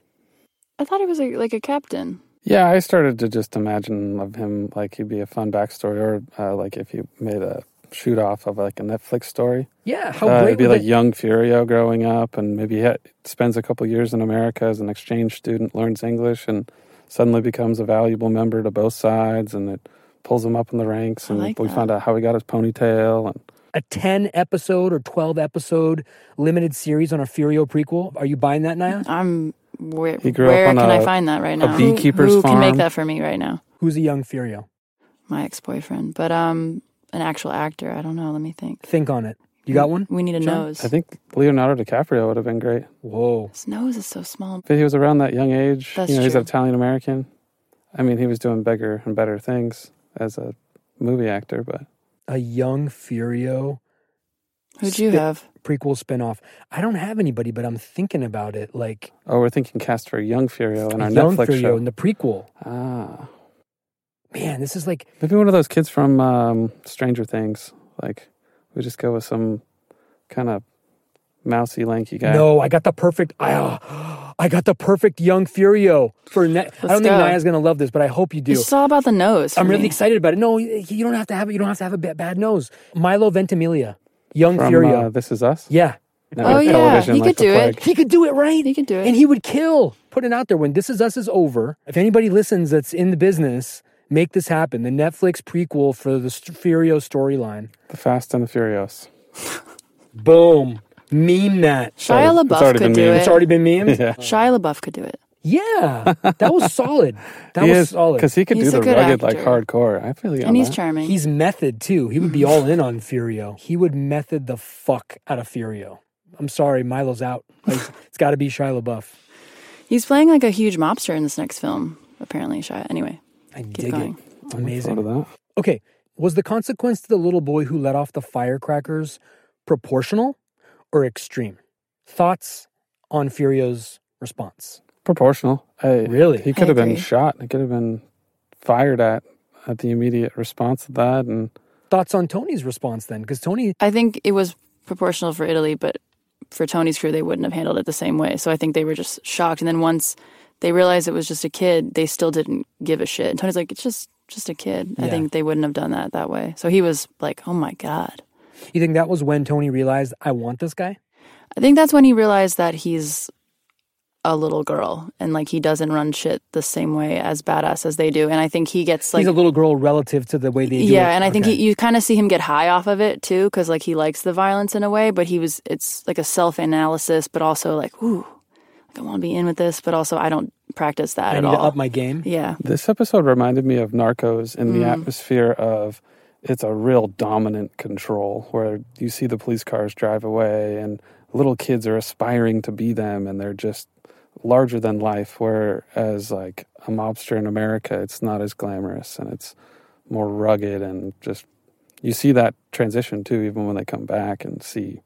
Speaker 4: I thought he was a, like a captain.
Speaker 3: Yeah, I started to just imagine of him like he'd be a fun backstory, or uh, like if you made a shoot off of like a Netflix story.
Speaker 2: Yeah, how
Speaker 3: Uh,
Speaker 2: great
Speaker 3: it'd be
Speaker 2: would
Speaker 3: like
Speaker 2: that-
Speaker 3: young Furio growing up, and maybe he ha- spends a couple years in America as an exchange student, learns English, and suddenly becomes a valuable member to both sides, and it pulls him up in the ranks. And
Speaker 4: like
Speaker 3: we
Speaker 4: that.
Speaker 3: found out how he got his ponytail, and
Speaker 2: a ten episode or twelve episode limited series on a Furio prequel. Are you buying that, Naya?
Speaker 4: I'm. Where,
Speaker 3: He grew up
Speaker 4: where
Speaker 3: on
Speaker 4: can I
Speaker 3: a-
Speaker 4: find that right now? Who-
Speaker 3: beekeeper's
Speaker 4: Who can make
Speaker 3: farm.
Speaker 4: that for me right now?
Speaker 2: Who's a young Furio?
Speaker 4: My ex boyfriend. But um, an actual actor. I don't know. Let me think.
Speaker 2: Think on it. You got one?
Speaker 4: We need a
Speaker 2: John?
Speaker 4: nose.
Speaker 3: I think Leonardo DiCaprio would have been great
Speaker 2: Whoa.
Speaker 4: His nose is so small.
Speaker 3: if he was around that young age.
Speaker 4: That's
Speaker 3: you know, he's
Speaker 4: true.
Speaker 3: an Italian American. I mean, he was doing bigger and better things as a movie actor, but
Speaker 2: A young Furio
Speaker 4: Who'd you
Speaker 2: Spit-
Speaker 4: have?
Speaker 2: prequel spinoff. I don't have anybody, but I'm thinking about it. Like
Speaker 3: oh, we're thinking cast for young Furio in our
Speaker 2: Young
Speaker 3: Netflix
Speaker 2: Furio
Speaker 3: show.
Speaker 2: in the prequel.
Speaker 3: ah,
Speaker 2: Man, this is like
Speaker 3: maybe one of those kids from um, Stranger Things. Like, we just go with some kind of mousy, lanky guy.
Speaker 2: no. I got the perfect. I ah, I got the perfect young Furio for. Ne- I don't think
Speaker 4: go.
Speaker 2: Naya's gonna love this, but I hope you do.
Speaker 4: It's all about the nose. for
Speaker 2: I'm really
Speaker 4: me.
Speaker 2: excited about it. No, y- you don't have to have it. You don't have to have a ba- bad nose. Milo Ventimiglia, young
Speaker 3: from
Speaker 2: Furio.
Speaker 3: uh, This Is Us.
Speaker 2: yeah,
Speaker 4: Oh, yeah, he could
Speaker 3: the
Speaker 4: do it.
Speaker 3: plague.
Speaker 2: he could do it right.
Speaker 4: He could do it.
Speaker 2: and he would kill. Put it out there when This Is Us is over. If anybody listens that's in the business, make this happen. The Netflix prequel for the St- Furio storyline.
Speaker 3: The Fast and the Furious.
Speaker 2: Boom. Meme that.
Speaker 4: Shia
Speaker 3: It's already
Speaker 4: LaBeouf
Speaker 3: been
Speaker 4: could do
Speaker 3: memed.
Speaker 4: it.
Speaker 2: It's already been memed?
Speaker 3: Yeah.
Speaker 4: Shia LaBeouf could do it.
Speaker 2: Yeah. That was solid. That
Speaker 3: he
Speaker 2: was
Speaker 3: is
Speaker 2: solid.
Speaker 3: because he could
Speaker 4: He's
Speaker 3: do
Speaker 4: a
Speaker 3: the
Speaker 4: good
Speaker 3: rugged, like
Speaker 4: actor.
Speaker 3: hardcore. I feel you. on
Speaker 4: and he's
Speaker 3: that.
Speaker 4: charming.
Speaker 2: Uh-huh. He's method too. He would be all in on Furio. He would method the fuck out of Furio. I'm sorry, Milo's out. Like, it's got to be Shia LaBeouf.
Speaker 4: He's playing like a huge mobster in this next film, apparently, Shia. Anyway,
Speaker 2: I dig
Speaker 4: going.
Speaker 2: it.
Speaker 3: Thought of
Speaker 2: Amazing.
Speaker 3: that.
Speaker 2: Okay. Was the consequence to the little boy who let off the firecrackers proportional or extreme? Thoughts on Furio's response?
Speaker 3: proportional. I,
Speaker 2: Really?
Speaker 3: He could have been
Speaker 4: agree.
Speaker 3: shot. He could have been fired at at the immediate response of that. And
Speaker 2: Thoughts on Tony's response then? Because Tony
Speaker 4: I think it was proportional for Italy, but for Tony's crew, they wouldn't have handled it the same way. So I think they were just shocked. And then once they realized it was just a kid, they still didn't give a shit. And Tony's like, it's just just a kid. I
Speaker 2: Yeah.
Speaker 4: think they wouldn't have done that that way. So he was like, oh my God.
Speaker 2: You think that was when Tony realized I want this guy?
Speaker 4: I think that's when he realized that he's a little girl and like he doesn't run shit the same way as badass as they do. And I think he gets like
Speaker 2: He's a little girl relative to the way they do
Speaker 4: yeah,
Speaker 2: it.
Speaker 4: and I think
Speaker 2: Okay.
Speaker 4: he, you kind of see him get high off of it too, because like he likes the violence in a way, but he was it's like a self analysis, but also like ooh, like I want to be in with this, but also I don't practice that
Speaker 2: I
Speaker 4: at
Speaker 2: need to
Speaker 4: all.
Speaker 2: up my game.
Speaker 4: yeah,
Speaker 3: this episode reminded me of Narcos in the atmosphere of it's a real dominant control where you see the police cars drive away and little kids are aspiring to be them and they're just larger than life whereas like a mobster in america it's not as glamorous and it's more rugged and just you see that transition too even when they come back and see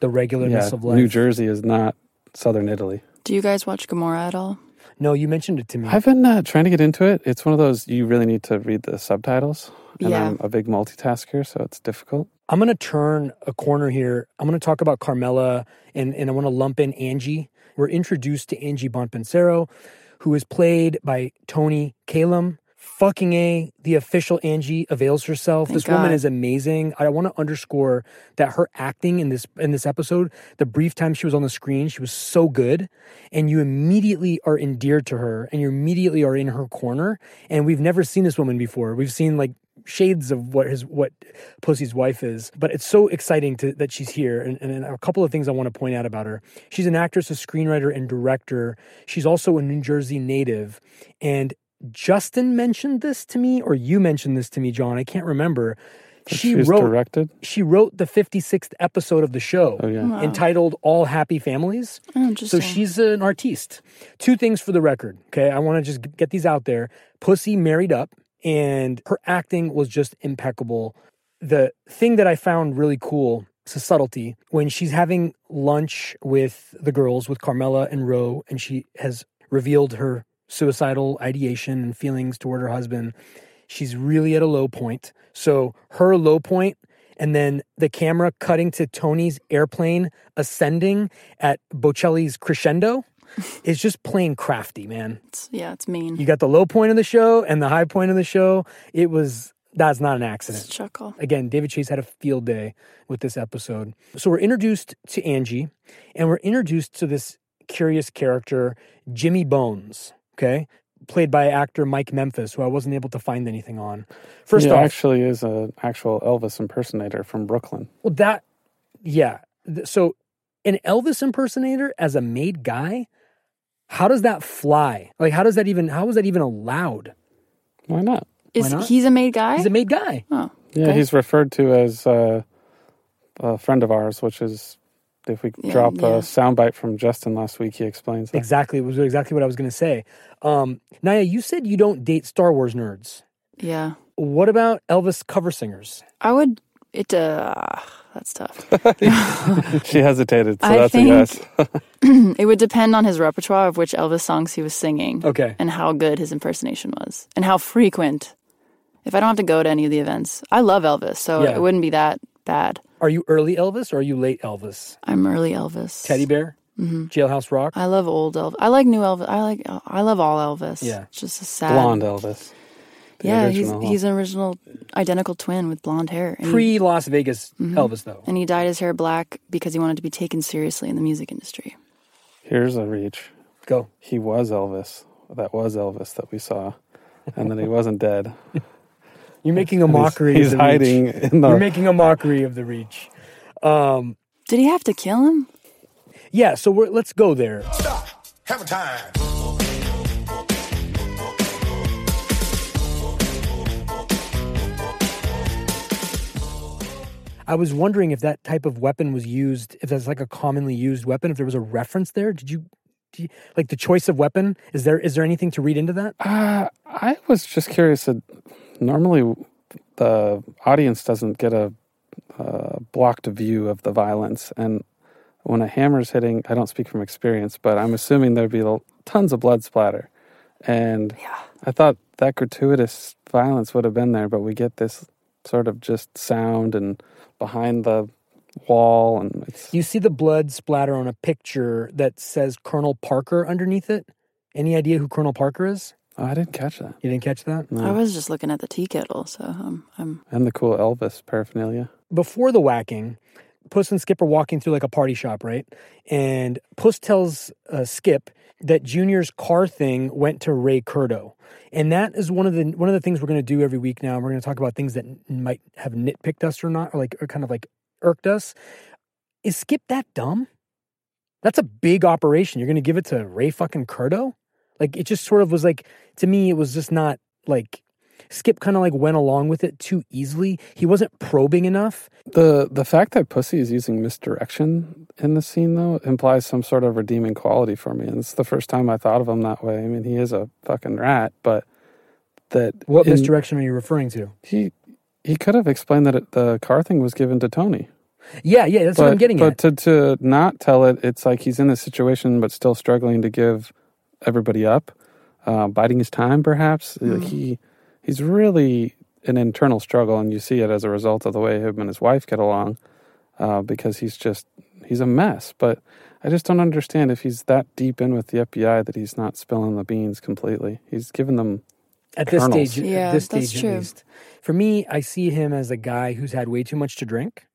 Speaker 2: The regularness of life.
Speaker 3: New Jersey is not Southern Italy.
Speaker 4: do you guys watch Gomorrah at all?
Speaker 2: No, you mentioned it to me.
Speaker 3: I've been uh, trying to get into it. It's one of those you really need to read the subtitles, and
Speaker 4: Yeah.
Speaker 3: I'm a big multitasker, so it's difficult.
Speaker 2: I'm going to turn a corner here. I'm going to talk about Carmela and, and I want to lump in Angie. We're introduced to Angie Bonpensero, who is played by Tony Kalem Fucking A, the official Angie avails herself.
Speaker 4: Thank
Speaker 2: this woman
Speaker 4: God.
Speaker 2: is amazing. I want to underscore that her acting in this in this episode, the brief time she was on the screen, she was so good. And you immediately are endeared to her and you immediately are in her corner. And we've never seen this woman before. We've seen like shades of what his what Pussy's wife is. But it's so exciting to, that she's here. And, and, and a couple of things I want to point out about her. She's an actress, a screenwriter, and director. She's also a New Jersey native. And Justin mentioned this to me, or you mentioned this to me, John. I can't remember. She
Speaker 3: She's
Speaker 2: wrote
Speaker 3: directed.
Speaker 2: she wrote the 56th episode of the show
Speaker 3: Oh yeah.
Speaker 2: entitled All Happy Families.
Speaker 4: Oh,
Speaker 2: So
Speaker 4: interesting.
Speaker 2: she's an artiste. Two things for the record, okay? I want to just g- get these out there. Pussy married up, and her acting was just impeccable. The thing that I found really cool is a subtlety when she's having lunch with the girls, with Carmela and Ro, and she has revealed her suicidal ideation and feelings toward her husband. She's really at a low point. So her low point and then the camera cutting to Tony's airplane ascending at Bocelli's crescendo is just plain crafty, man.
Speaker 4: It's- yeah, it's mean.
Speaker 2: You got the low point of the show and the high point of the show. It was that's not an
Speaker 4: It's
Speaker 2: accident.
Speaker 4: chuckle.
Speaker 2: Again, David Chase had a field day with this episode. So we're introduced to Angie and we're introduced to this curious character, Jimmy Bones, okay? Played by actor Mike Memphis, who I wasn't able to find anything on. First
Speaker 3: he
Speaker 2: off,
Speaker 3: actually is an actual Elvis impersonator from Brooklyn.
Speaker 2: Well, that, yeah. Th- So, an Elvis impersonator as a made guy, how does that fly? Like, how does that even? How is that even allowed?
Speaker 3: Why not?
Speaker 4: Is
Speaker 2: not?
Speaker 4: he's a made guy?
Speaker 2: He's a made guy.
Speaker 4: oh,
Speaker 3: Yeah,
Speaker 4: Okay.
Speaker 3: he's referred to as uh, a friend of ours, which is if we
Speaker 4: Yeah,
Speaker 3: drop
Speaker 4: yeah.
Speaker 3: a soundbite from Justin last week, he explains that.
Speaker 2: Exactly. It was exactly what I was going to say. Um, Naya, you said you don't date Star Wars nerds.
Speaker 4: yeah.
Speaker 2: What about Elvis cover singers?
Speaker 4: I would. It. Uh, that's tough.
Speaker 3: she hesitated, so
Speaker 4: I
Speaker 3: that's
Speaker 4: think-
Speaker 3: a yes.
Speaker 4: it would depend on his repertoire of which Elvis songs he was singing.
Speaker 2: Okay.
Speaker 4: and how good his impersonation was and how frequent. If I don't have to go to any of the events, I love Elvis, so
Speaker 2: Yeah.
Speaker 4: it wouldn't be that bad.
Speaker 2: Are you early Elvis or are you late Elvis?
Speaker 4: I'm early Elvis.
Speaker 2: Teddy Bear,
Speaker 4: Mm-hmm.
Speaker 2: Jailhouse Rock.
Speaker 4: I love old Elvis. I like new Elvis. I like. I love all Elvis.
Speaker 2: Yeah.
Speaker 4: It's just a sad.
Speaker 3: Blonde Elvis. The
Speaker 4: Yeah,
Speaker 3: original.
Speaker 4: he's he's an original identical twin with blonde hair. And, he,
Speaker 2: Pre Las Vegas Elvis though.
Speaker 4: and he dyed his hair black because he wanted to be taken seriously in the music industry.
Speaker 3: Here's a reach.
Speaker 2: Go.
Speaker 3: He was Elvis. That was Elvis that we saw. And then he wasn't dead.
Speaker 2: You're making a
Speaker 3: And he's-
Speaker 2: mockery.
Speaker 3: He's,
Speaker 2: of the
Speaker 3: hiding uh,
Speaker 2: Reach.
Speaker 3: in the.
Speaker 2: You're making a mockery of the reach.
Speaker 4: Did he have to kill him?
Speaker 2: Yeah. So we're, let's go there.
Speaker 7: Stop. Have a time.
Speaker 2: I was wondering if that type of weapon was used, if that's like a commonly used weapon, if there was a reference there. Did you, do you like the choice of weapon? Is there is there anything to read into that?
Speaker 3: Uh, I was just curious. That normally, the audience doesn't get a uh, blocked view of the violence, and when a hammer's hitting, I don't speak from experience, but I'm assuming there'd be l- tons of blood splatter. And I thought that gratuitous violence would have been there, but we get this sort of just sound and behind the wall, and it's
Speaker 2: You see the blood splatter on a picture that says Colonel Parker underneath it. Any idea who Colonel Parker is?
Speaker 3: oh, I didn't catch that.
Speaker 2: You didn't catch that?
Speaker 4: I was just looking at the tea kettle, so um, I'm.
Speaker 3: And the cool Elvis paraphernalia.
Speaker 2: before the whacking, Puss and Skip are walking through like a party shop, right? And Puss tells uh, Skip that Junior's car thing went to Ray Curdo, and that is one of the one of the things we're going to do every week now. We're going to talk about things that n- might have nitpicked us or not, or like or kind of like irked us. Is Skip that dumb? That's a big operation. You're going to give it to Ray fucking Curdo? Like it just sort of was like to me, it was just not like. Skip kind of like went along with it too easily. He wasn't probing enough.
Speaker 3: The the fact that Pussy is using misdirection in this scene though implies some sort of redeeming quality for me, and it's the first time I thought of him that way. I mean, he is a fucking rat, but that
Speaker 2: What
Speaker 3: in-
Speaker 2: misdirection are you referring to?
Speaker 3: he he could have explained that it, the car thing was given to Tony.
Speaker 2: Yeah, yeah, that's what I'm getting
Speaker 3: but
Speaker 2: at.
Speaker 3: to to not tell it, it's like he's in this situation but still struggling to give everybody up, uh, biding his time perhaps. Like he he's really an internal struggle, and you see it as a result of the way him and his wife get along, uh, because he's just he's a mess. But I just don't understand if he's that deep in with the FBI that he's not spilling the beans completely. He's given them
Speaker 2: at this
Speaker 3: Colonels.
Speaker 2: stage.
Speaker 4: Yeah,
Speaker 2: at this
Speaker 4: that's
Speaker 2: stage, at
Speaker 4: true.
Speaker 2: least. For me, I see him as a guy who's had way too much to drink,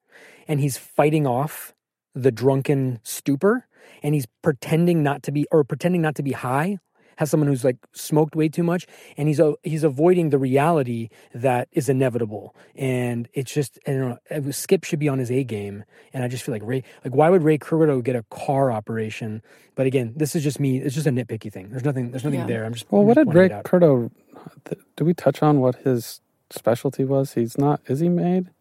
Speaker 2: and he's fighting off the drunken stupor, and he's pretending not to be or pretending not to be high. Has someone who's like smoked way too much, and he's a he's avoiding the reality that is inevitable, and it's just I don't know. it was- Skip should be on his A game, and I just feel like Ray. Like, why would Ray Curto get a car operation? But again, this is just me. It's just a nitpicky thing. There's nothing. There's nothing
Speaker 4: Yeah.
Speaker 2: there. I'm just.
Speaker 3: Well,
Speaker 2: I'm
Speaker 3: what
Speaker 2: just
Speaker 3: did
Speaker 2: pointing
Speaker 3: Ray
Speaker 2: it out.
Speaker 3: Curto? th- Did we touch on what his specialty was? He's not. Is he made?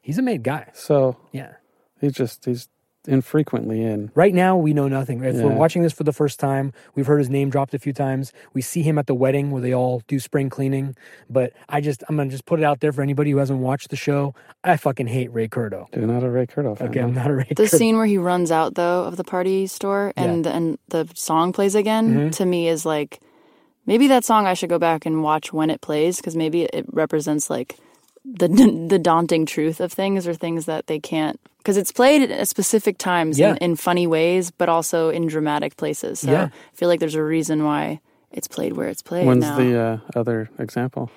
Speaker 2: He's a made guy.
Speaker 3: So
Speaker 2: Yeah.
Speaker 3: he's just he's infrequently in.
Speaker 2: Right now, we know nothing. If we're
Speaker 3: Yeah.
Speaker 2: watching this for the first time, we've heard his name dropped a few times. We see him at the wedding where they all do spring cleaning. But I just, I'm gonna just put it out there for anybody who hasn't watched the show. I fucking hate Ray Curto.
Speaker 3: Dude, not a Ray Curto fan.
Speaker 2: Okay,
Speaker 3: huh?
Speaker 2: I'm not a Ray.
Speaker 4: The
Speaker 2: Curto.
Speaker 4: scene where he runs out though of the party store and and the song plays again
Speaker 2: Mm-hmm.
Speaker 4: to me is like maybe that song I should go back and watch when it plays because maybe it represents like the the daunting truth of things or things that they can't because it's played at specific times
Speaker 2: Yeah.
Speaker 4: in, in funny ways but also in dramatic places. So
Speaker 2: Yeah.
Speaker 4: I feel like there's a reason why it's played where it's played
Speaker 3: When's
Speaker 4: now.
Speaker 3: the uh, other example?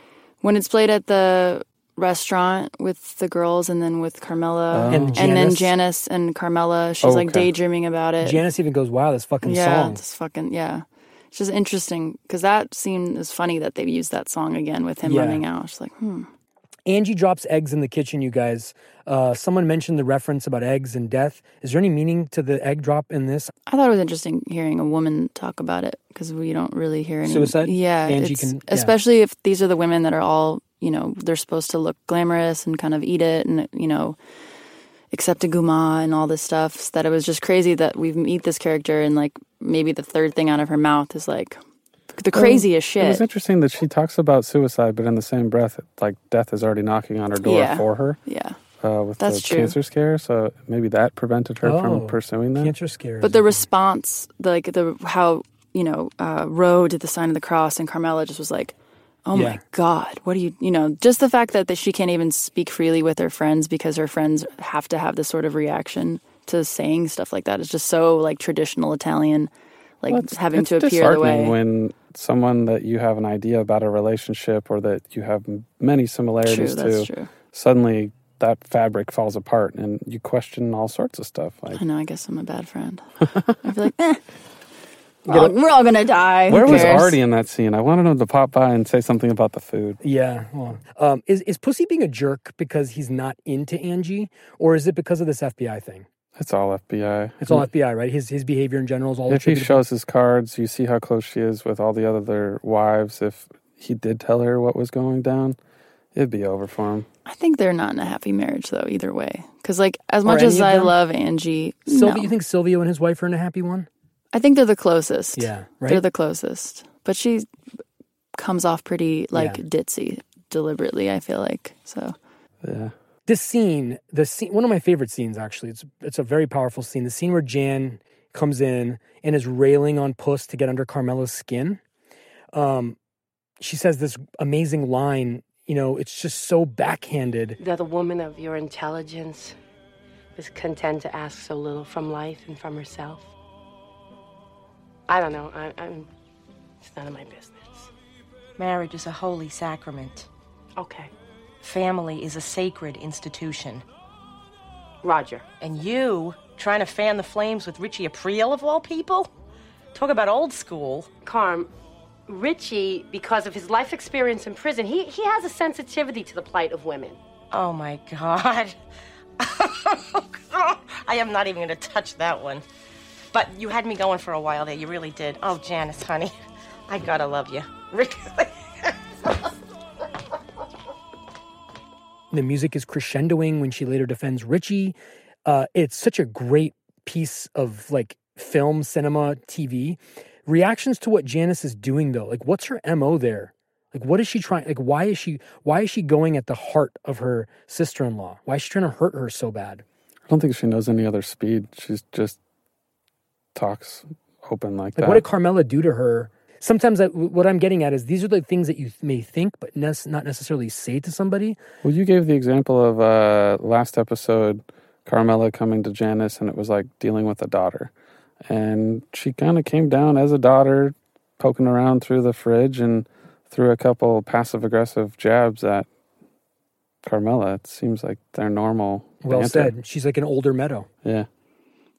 Speaker 4: when it's played at the restaurant with the girls and then with Carmela
Speaker 2: And
Speaker 4: and then
Speaker 2: Janice.
Speaker 4: Janice and Carmela, she's like
Speaker 3: Okay.
Speaker 4: daydreaming about it.
Speaker 2: Janice even goes, "Wow, this fucking
Speaker 4: yeah,
Speaker 2: song."
Speaker 4: it's fucking yeah. It's just interesting because that scene is funny that they used that song again with him
Speaker 2: Yeah.
Speaker 4: running out. She's like, hmm.
Speaker 2: Angie drops eggs in the kitchen. You guys, uh, someone mentioned the reference about eggs and death. Is there any meaning to the egg drop in this?
Speaker 4: I thought it was interesting hearing a woman talk about it because we don't really hear any
Speaker 2: Suicide?
Speaker 4: Yeah,
Speaker 2: Angie
Speaker 4: it's-
Speaker 2: can- yeah.
Speaker 4: especially if these are the women that are all you know they're supposed to look glamorous and kind of eat it and you know accept a guma and all this stuff. so that it was just crazy that we meet this character and like maybe the third thing out of her mouth is like
Speaker 2: Oh,
Speaker 4: the craziest
Speaker 3: It was
Speaker 4: shit.
Speaker 3: interesting that she talks about suicide, but in the same breath, like death is already knocking on her door
Speaker 4: Yeah.
Speaker 3: for her
Speaker 4: yeah.
Speaker 3: uh, with
Speaker 4: That's
Speaker 3: the
Speaker 4: true.
Speaker 3: cancer scare. So maybe that prevented her
Speaker 2: Oh.
Speaker 3: from pursuing that.
Speaker 2: Cancer scares.
Speaker 4: But the response, like the how you know, uh, Roe did the sign of the cross, and Carmela just was like, "Oh
Speaker 2: Yeah.
Speaker 4: my God, what do you?" You know, just the fact that, that she can't even speak freely with her friends because her friends have to have this sort of reaction to saying stuff like that is just so like traditional Italian, like
Speaker 3: Well, it's-
Speaker 4: having
Speaker 3: it's
Speaker 4: to appear the
Speaker 3: disheartening
Speaker 4: way.
Speaker 3: when someone that you have an idea about a relationship or that you have m- many
Speaker 4: true,
Speaker 3: similarities
Speaker 4: that's
Speaker 3: to
Speaker 4: true.
Speaker 3: suddenly that fabric falls apart and you question all sorts of stuff like
Speaker 4: I know. I guess I'm a bad friend. I feel like, eh, Well, we're all gonna die. Who
Speaker 3: where was
Speaker 4: cares?
Speaker 3: artie in that scene i wanted him to pop by and say something about the food
Speaker 2: Yeah. hold on. Um, is is Pussy being a jerk because he's not into Angie, or is it because of this FBI thing?
Speaker 3: it's all fbi
Speaker 2: It's all FBI, right? His his behavior in general is all
Speaker 3: if he
Speaker 2: attributable.
Speaker 3: shows his cards you see how close she is with all the other wives if he did tell her what was going down it'd be over for him
Speaker 4: I think they're not in a happy marriage though. Either way, because like as
Speaker 2: Are
Speaker 4: much
Speaker 2: any
Speaker 4: as
Speaker 2: of
Speaker 4: I
Speaker 2: them?
Speaker 4: love Angie,
Speaker 2: Sylvia,
Speaker 4: no.
Speaker 2: you think Silvio and his wife are in a happy one?
Speaker 4: I think they're the closest.
Speaker 2: Yeah,
Speaker 4: They're
Speaker 2: right.
Speaker 4: the closest. But she comes off pretty like
Speaker 2: Yeah.
Speaker 4: ditzy deliberately, I feel like. So
Speaker 3: yeah
Speaker 2: this scene, the scene, one of my favorite scenes actually. It's it's a very powerful scene. The scene where Jan comes in and is railing on Puss to get under Carmela's skin. Um, she says this amazing line. You know, it's just so backhanded.
Speaker 9: That a woman of your intelligence was content to ask so little from life and from herself. I don't know. I, I'm. It's none of my business.
Speaker 10: Marriage is a holy sacrament.
Speaker 9: Okay,
Speaker 10: Family is a sacred institution.
Speaker 9: Roger.
Speaker 10: And you, trying to fan the flames with Richie Aprile of all people? Talk about old school.
Speaker 9: Carm, Richie, because of his life experience in prison, he, he has a sensitivity to the plight of women.
Speaker 10: Oh my god. I am not even going to touch that one. But you had me going for a while there. You really did. Oh, Janice, honey. I gotta love you. Really.
Speaker 2: The music is crescendoing when she later defends Richie. Uh, it's such a great piece of like film, cinema, TV. Reactions to what Janice is doing though, like what's her mo there? Like what is she trying? Like why is she why is she going at the heart of her sister in law? Why is she trying to hurt her so bad?
Speaker 3: I don't think she knows any other speed. She's just talks open like,
Speaker 2: Like
Speaker 3: that.
Speaker 2: what did Carmela do to her? Sometimes I, what I'm getting at is these are the things that you may think, but ne- not necessarily say to somebody.
Speaker 3: well, you gave the example of uh, last episode, Carmela coming to Janice, and it was like dealing with a daughter, and she kind of came down as a daughter, poking around through the fridge and threw a couple passive aggressive jabs at Carmela. It seems like their normal.
Speaker 2: Well
Speaker 3: banter.
Speaker 2: said. She's like an older Meadow.
Speaker 3: Yeah.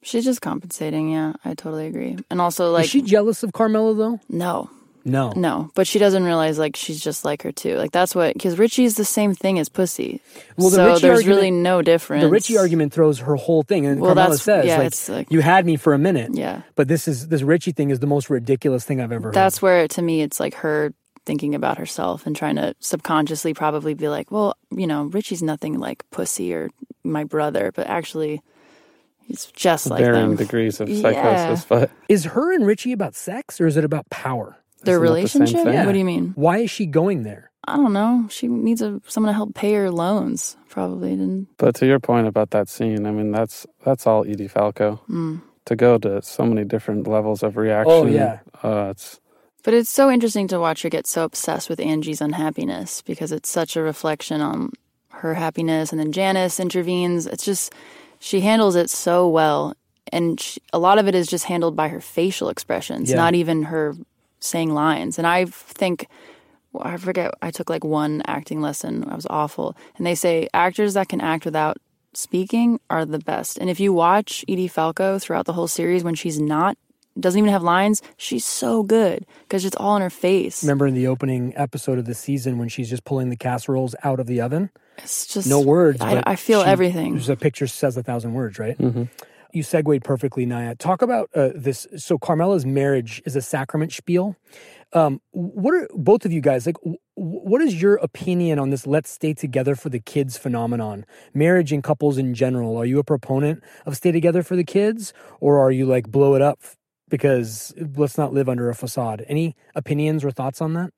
Speaker 4: She's just compensating. Yeah, I totally agree. And also, like,
Speaker 2: Is she jealous of Carmela though?
Speaker 4: no,
Speaker 2: No.
Speaker 4: no, but she doesn't realize like she's just like her too. Like that's what because Richie's the same thing as pussy.
Speaker 2: Well, the
Speaker 4: so
Speaker 2: Richie
Speaker 4: there's
Speaker 2: argument-
Speaker 4: really no difference.
Speaker 2: The Richie argument throws her whole thing, and
Speaker 4: Well,
Speaker 2: Carmela
Speaker 4: that's-
Speaker 2: says,
Speaker 4: yeah,
Speaker 2: like,
Speaker 4: it's like-
Speaker 2: "You had me for a minute."
Speaker 4: Yeah.
Speaker 2: But this is this Richie thing is the most ridiculous thing I've ever
Speaker 4: That's where to me it's like her thinking about herself and trying to subconsciously probably be like, well, you know, Richie's nothing like pussy or my brother, but actually he's just like
Speaker 3: Varying
Speaker 4: them.
Speaker 3: degrees of
Speaker 4: Yeah.
Speaker 3: psychosis, but
Speaker 2: heard. Is her and Richie about sex, or is it about power?
Speaker 4: Their
Speaker 3: Isn't that the same
Speaker 4: relationship?
Speaker 3: thing?
Speaker 4: What do you mean?
Speaker 2: Why is she going there?
Speaker 4: I don't know. She needs a, someone to help pay her loans. Probably didn't.
Speaker 3: But to your point about that scene, I mean that's that's all Edie Falco
Speaker 4: Mm.
Speaker 3: to go to so many different levels of reaction.
Speaker 2: Oh, yeah.
Speaker 3: uh, it's
Speaker 4: But it's so interesting to watch her get so obsessed with Angie's unhappiness because it's such a reflection on her happiness. And then Janice intervenes. It's just, she handles it so well. And she, a lot of it is just handled by her facial expressions,
Speaker 2: Yeah.
Speaker 4: not even her saying lines. And I think, well, I forget, I took like one acting lesson. I was awful. And they say actors that can act without speaking are the best. And if you watch Edie Falco throughout the whole series when she's not, doesn't even have lines, she's so good because it's all in her face.
Speaker 2: Remember in the opening episode of the season when she's just pulling the casseroles out of the oven?
Speaker 4: It's just
Speaker 2: no words.
Speaker 4: I,
Speaker 2: but
Speaker 4: I feel
Speaker 2: she-
Speaker 4: everything.
Speaker 2: There's a picture says a thousand words, right? You segued perfectly, Naya. Talk about uh, this. So Carmela's marriage is a sacrament spiel. Um, what are both of you guys like? wh- What is your opinion on this "let's stay together for the kids" phenomenon? Marriage and couples in general. Are you a proponent of stay together for the kids, or are you like blow it up f- because let's not live under a facade? Any opinions or thoughts on that?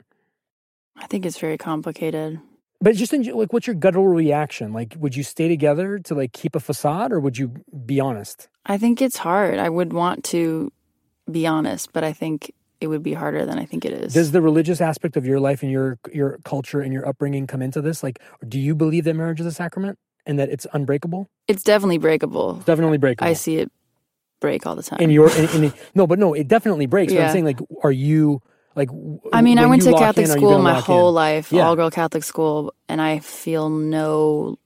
Speaker 4: I think it's very complicated.
Speaker 2: But just in, like, what's your guttural reaction? Like, would you stay together to like keep a facade, or would you be honest?
Speaker 4: I think it's hard. I would want to be honest, but I think it would be harder than I think it is.
Speaker 2: Does the religious aspect of your life and your your culture and your upbringing come into this? Like, do you believe that marriage is a sacrament and that it's unbreakable?
Speaker 4: it's definitely breakable.
Speaker 2: Definitely breakable.
Speaker 4: I see it break all the time.
Speaker 2: And your and, and no, but no, it definitely breaks. But
Speaker 4: Yeah.
Speaker 2: I'm saying, like, are you like? w-
Speaker 4: I mean, I
Speaker 2: when
Speaker 4: went
Speaker 2: you
Speaker 4: to
Speaker 2: lock
Speaker 4: Catholic
Speaker 2: in, are you
Speaker 4: school
Speaker 2: gonna
Speaker 4: my
Speaker 2: lock
Speaker 4: whole
Speaker 2: in?
Speaker 4: life,
Speaker 2: Yeah.
Speaker 4: all girl Catholic school, and I feel no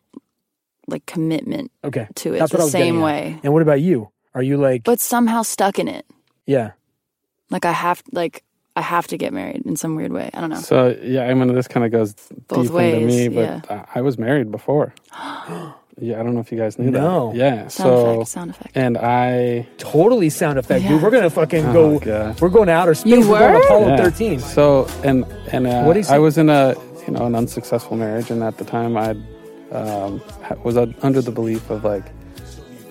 Speaker 4: like commitment
Speaker 2: Okay,
Speaker 4: to it
Speaker 2: That's
Speaker 4: the
Speaker 2: what I was getting
Speaker 4: same
Speaker 2: at.
Speaker 4: way.
Speaker 2: And what about you? Are you like?
Speaker 4: But somehow stuck in it.
Speaker 2: yeah,
Speaker 4: Like I have like I have to get married in some weird way. I don't know.
Speaker 3: so yeah. I mean, this kind of goes
Speaker 4: Both
Speaker 3: deep into me,
Speaker 4: ways,
Speaker 3: but I I was married before. yeah, I don't know if you guys knew
Speaker 2: No.
Speaker 3: that. Yeah,
Speaker 4: Sound
Speaker 3: so
Speaker 4: effect, sound effect.
Speaker 3: and I
Speaker 2: totally sound effect, dude.
Speaker 4: Yeah.
Speaker 2: We're gonna fucking
Speaker 3: Oh,
Speaker 2: go.
Speaker 3: God.
Speaker 2: We're going to outer space.
Speaker 4: You
Speaker 2: We're going
Speaker 4: were?
Speaker 2: to Apollo
Speaker 3: Yeah.
Speaker 2: 13.
Speaker 3: So and and uh,
Speaker 2: What do you say?
Speaker 3: I was in a you know an unsuccessful marriage, and at the time I um, ha- was un- under the belief of like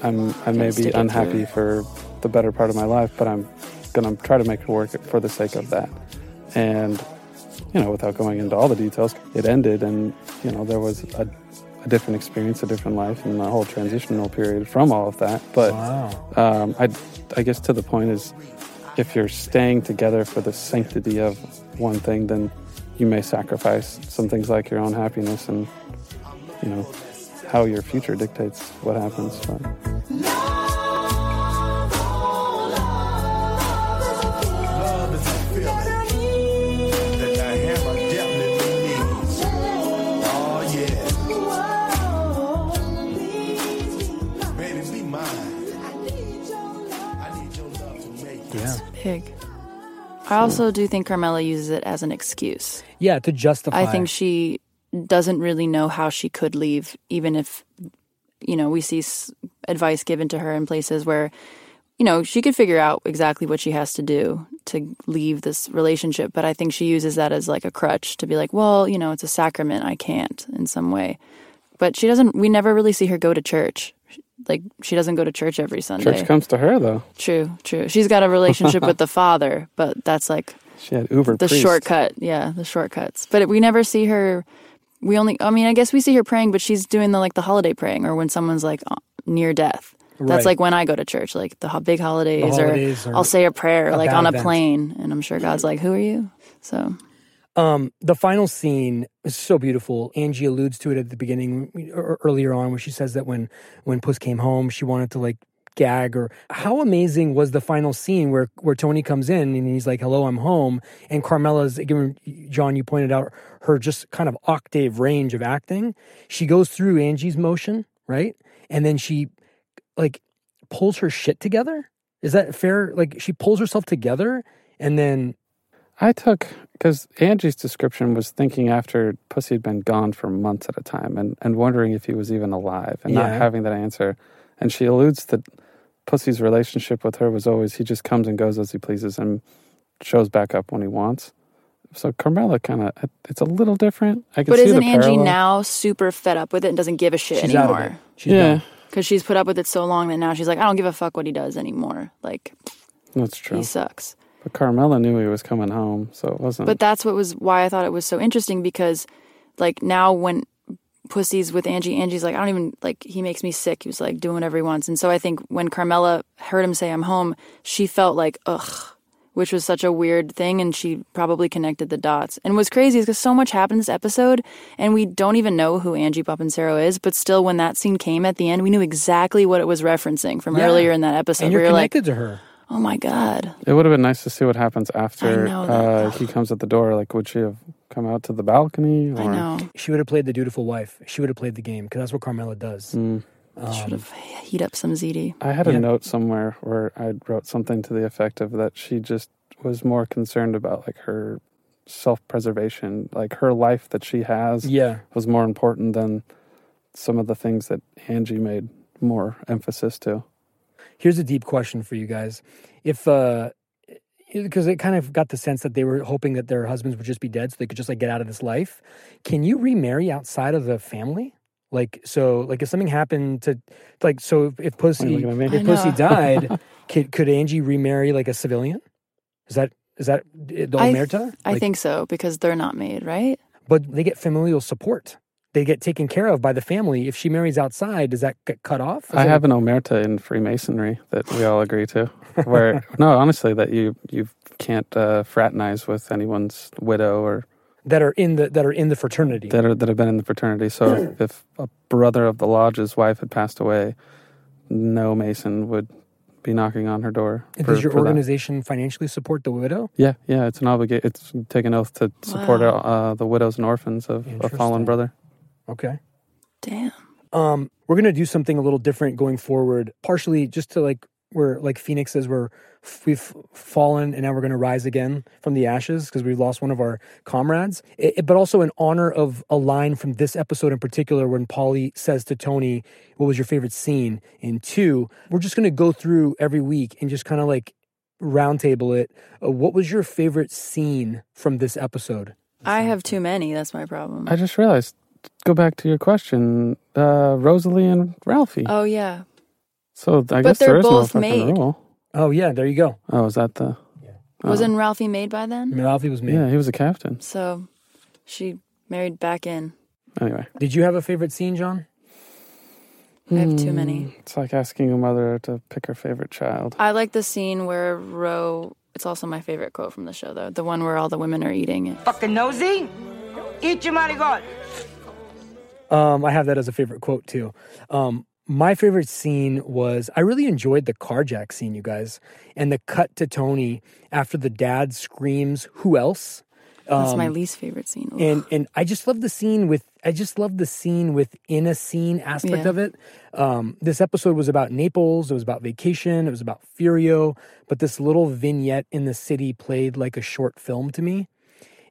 Speaker 3: I'm I may
Speaker 4: stick
Speaker 3: be
Speaker 4: it
Speaker 3: unhappy
Speaker 4: through.
Speaker 3: for the better part of my life, but I'm gonna try to make it work for the sake of that. And you know, without going into all the details, it ended, and you know there was a, a different experience, a different life, and the whole transitional period from all of that. But
Speaker 2: Wow.
Speaker 3: um, I, I guess to the point is if you're staying together for the sanctity of one thing, then you may sacrifice some things like your own happiness and, you know, how your future dictates what happens. But
Speaker 7: Oh,
Speaker 2: Yeah.
Speaker 4: Pig. I also do think Carmela uses it as an excuse.
Speaker 2: Yeah, to justify.
Speaker 4: I think she doesn't really know how she could leave, even if, you know, we see s- advice given to her in places where, you know, she could figure out exactly what she has to do to leave this relationship. But I think she uses that as like a crutch to be like, well, you know, it's a sacrament. I can't in some way. But she doesn't, we never really see her go to church. Like, she doesn't go to church every Sunday.
Speaker 3: church comes to her, though.
Speaker 4: True, true. She's got a relationship with the father, but that's like
Speaker 3: She had Uber
Speaker 4: the
Speaker 3: priest.
Speaker 4: shortcut. Yeah, the shortcuts. But we never see her. We only. I mean, I guess we see her praying, but she's doing the like the holiday praying, or when someone's like uh, near death.
Speaker 2: Right.
Speaker 4: That's like when I go to church, like the ho- big holidays,
Speaker 2: holidays
Speaker 4: or,
Speaker 2: or
Speaker 4: I'll say a prayer,
Speaker 2: a
Speaker 4: like
Speaker 2: bad
Speaker 4: on a
Speaker 2: event.
Speaker 4: plane, and I'm sure God's like, "Who are you?" So
Speaker 2: Um, the final scene is so beautiful. Angie e-, alludes to it at the beginning, e- earlier on, where she says that when when Puss came home, she wanted to like gag or how amazing was the final scene where where Tony comes in and he's like, "Hello, I'm home," and Carmela's given John. You pointed out her just kind of octave range of acting. She goes through Angie's motion, right, and then she like pulls her shit together. Is that fair? Like she pulls herself together and then
Speaker 3: I took because Angie's description was thinking after Pussy had been gone for months at a time and, and wondering if he was even alive and not
Speaker 2: Yeah.
Speaker 3: having that answer. And she alludes that Pussy's relationship with her was always he just comes and goes as he pleases and shows back up when he wants. So Carmela kind of it's a little different. I can
Speaker 4: But
Speaker 3: see
Speaker 4: isn't
Speaker 3: the
Speaker 4: Angie
Speaker 3: parallel.
Speaker 4: now super fed up with it and doesn't give a shit
Speaker 2: she's out of it.
Speaker 4: anymore?
Speaker 2: She's
Speaker 3: yeah,
Speaker 2: done.
Speaker 4: Because she's put up with it so long that now she's like, I don't give a fuck what he does anymore. Like,
Speaker 3: that's true.
Speaker 4: he sucks.
Speaker 3: But Carmela knew he was coming home, so it wasn't.
Speaker 4: But that's what was why I thought it was so interesting because, like, now when Pussy's with Angie, Angie's like, I don't even, like, he makes me sick. He was like doing whatever he wants. And so I think when Carmela heard him say, I'm home, she felt like, ugh, which was such a weird thing. And she probably connected the dots. And what's crazy is because so much happened this episode and we don't even know who Angie Papancero is. But still, when that scene came at the end, we knew exactly what it was referencing from
Speaker 2: Yeah.
Speaker 4: earlier in that episode.
Speaker 2: and
Speaker 4: We
Speaker 2: you're
Speaker 4: were like,
Speaker 2: connected to her.
Speaker 4: oh my God.
Speaker 3: It would have been nice to see what happens after
Speaker 4: I know that-
Speaker 3: uh, he comes at the door. Like, would she have come out to the balcony? Or,
Speaker 4: I know.
Speaker 2: She would have played the dutiful wife. She would have played the game because that's what Carmela does.
Speaker 3: Mm.
Speaker 4: Should have heat up some ZD.
Speaker 3: I had a
Speaker 2: Yeah.
Speaker 3: note somewhere where I wrote something to the effect of that she just was more concerned about like her self-preservation, like her life that she has
Speaker 2: Yeah.
Speaker 3: was more important than some of the things that Angie made more emphasis to.
Speaker 2: Here's a deep question for you guys. If uh because it kind of got the sense that they were hoping that their husbands would just be dead so they could just like get out of this life. Can you remarry outside of the family? Like so like if something happened to like so if, if
Speaker 3: Why are you
Speaker 2: pussy
Speaker 3: looking at me?
Speaker 4: I
Speaker 2: if pussy
Speaker 4: know.
Speaker 2: died, could could Angie remarry like a civilian? Is that is that eh, the
Speaker 4: I-
Speaker 2: omerta?
Speaker 4: I
Speaker 2: Like-
Speaker 4: think so because they're not made, right?
Speaker 2: but they get familial support. They get taken care of by the family. If she marries outside, does that get cut off? Is
Speaker 3: I
Speaker 2: it-
Speaker 3: have an omerta in Freemasonry that we all agree to. Where no, honestly, that you you can't uh, fraternize with anyone's widow or
Speaker 2: that are in the that are in the fraternity.
Speaker 3: that are, that have been in the fraternity. So if, if a brother of the lodge's wife had passed away, no Mason would be knocking on her door.
Speaker 2: And
Speaker 3: for-
Speaker 2: Does your
Speaker 3: for that.
Speaker 2: organization financially support the widow?
Speaker 3: Yeah, yeah, it's an obligation. It's you take an oath to support
Speaker 4: Wow.
Speaker 3: uh, the widows and orphans of a
Speaker 2: Interesting.
Speaker 3: fallen brother.
Speaker 2: Okay.
Speaker 4: Damn.
Speaker 2: Um, we're gonna do something a little different going forward. Partially just to like we're like Phoenix says we're we've fallen and now we're gonna rise again from the ashes because we've lost one of our comrades. It, it- but also in honor of a line from this episode in particular when Polly says to Tony, "What was your favorite scene?" And two, we're just gonna go through every week and just kind of like roundtable it. Uh, what was your favorite scene from this episode?
Speaker 4: I have too many. That's my problem.
Speaker 3: I just realized. Go back to your question, uh, Rosalie and Ralphie.
Speaker 4: oh, yeah.
Speaker 2: Uh-huh.
Speaker 3: so I guess
Speaker 4: they're
Speaker 3: there is no
Speaker 4: both
Speaker 3: fucking
Speaker 4: made.
Speaker 3: rule.
Speaker 2: Oh yeah, there you go.
Speaker 3: Oh, is that the?
Speaker 4: Wasn't Ralphie made by then?
Speaker 2: Ralphie was me.
Speaker 3: Yeah, he was a captain.
Speaker 4: So she married back in.
Speaker 3: Anyway,
Speaker 2: Did you have a favorite scene, John?
Speaker 4: I have too
Speaker 2: Hmm.
Speaker 4: many.
Speaker 3: it's like asking a mother to pick her favorite child.
Speaker 4: I like the scene where Ro. It's also my favorite quote from the show, though. The one where all the women are eating it.
Speaker 7: Fucking nosy. Eat your money god.
Speaker 2: Um, I have that as a favorite quote too. Um, my favorite scene was I really enjoyed the carjack scene, you guys, and the cut to Tony after the dad screams, "Who else?" Um,
Speaker 4: That's my least favorite scene. Oof.
Speaker 2: and and I just love the scene with I just love the scene within a scene aspect
Speaker 4: Yeah.
Speaker 2: of it. Um, this episode was about Naples, it was about vacation, it was about Furio, but this little vignette in the city played like a short film to me,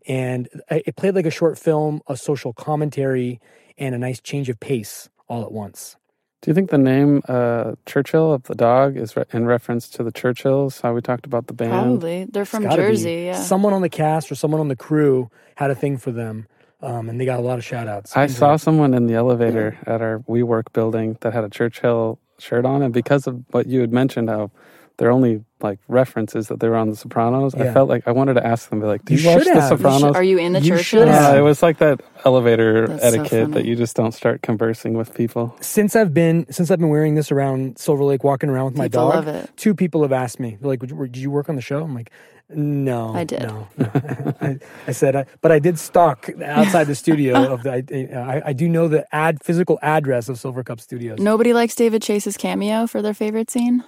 Speaker 2: and I- it played like a short film, a social commentary, and a nice change of pace all at once.
Speaker 3: Do you think the name uh, Churchill of the dog is re- in reference to the Churchills? How we talked about the band.
Speaker 4: Probably. They're from
Speaker 2: Gotta be.
Speaker 4: Jersey, yeah.
Speaker 2: Someone on the cast or someone on the crew had a thing for them, um, and they got a lot of shout outs.
Speaker 3: I saw someone in the elevator at our WeWork building that had a Churchill shirt on, and because of what you had mentioned, how their only like references that they were on The Sopranos,
Speaker 2: Yeah.
Speaker 3: I felt like I wanted to ask them, be like, "Do
Speaker 2: You
Speaker 3: you, watch
Speaker 2: should
Speaker 3: The
Speaker 2: have. You should-
Speaker 3: Sopranos?"
Speaker 4: Are you in the
Speaker 2: You
Speaker 4: Churchills?
Speaker 2: should have.
Speaker 3: Yeah, it was like that elevator
Speaker 4: That's so
Speaker 3: etiquette that
Speaker 4: funny.
Speaker 3: you just don't start conversing with people.
Speaker 2: since I've been since I've been wearing this around Silver Lake, walking around with my
Speaker 4: People
Speaker 2: dog,
Speaker 4: love it.
Speaker 2: two people have asked me, they're like, "Would you- "Did you work on the show?" I'm like, No,
Speaker 4: I did.
Speaker 2: No, no. I, I said, I, but I did stalk outside the studio of the. I, I, I do know the ad physical address of Silver Cup Studios.
Speaker 4: Nobody likes David Chase's cameo for their favorite scene.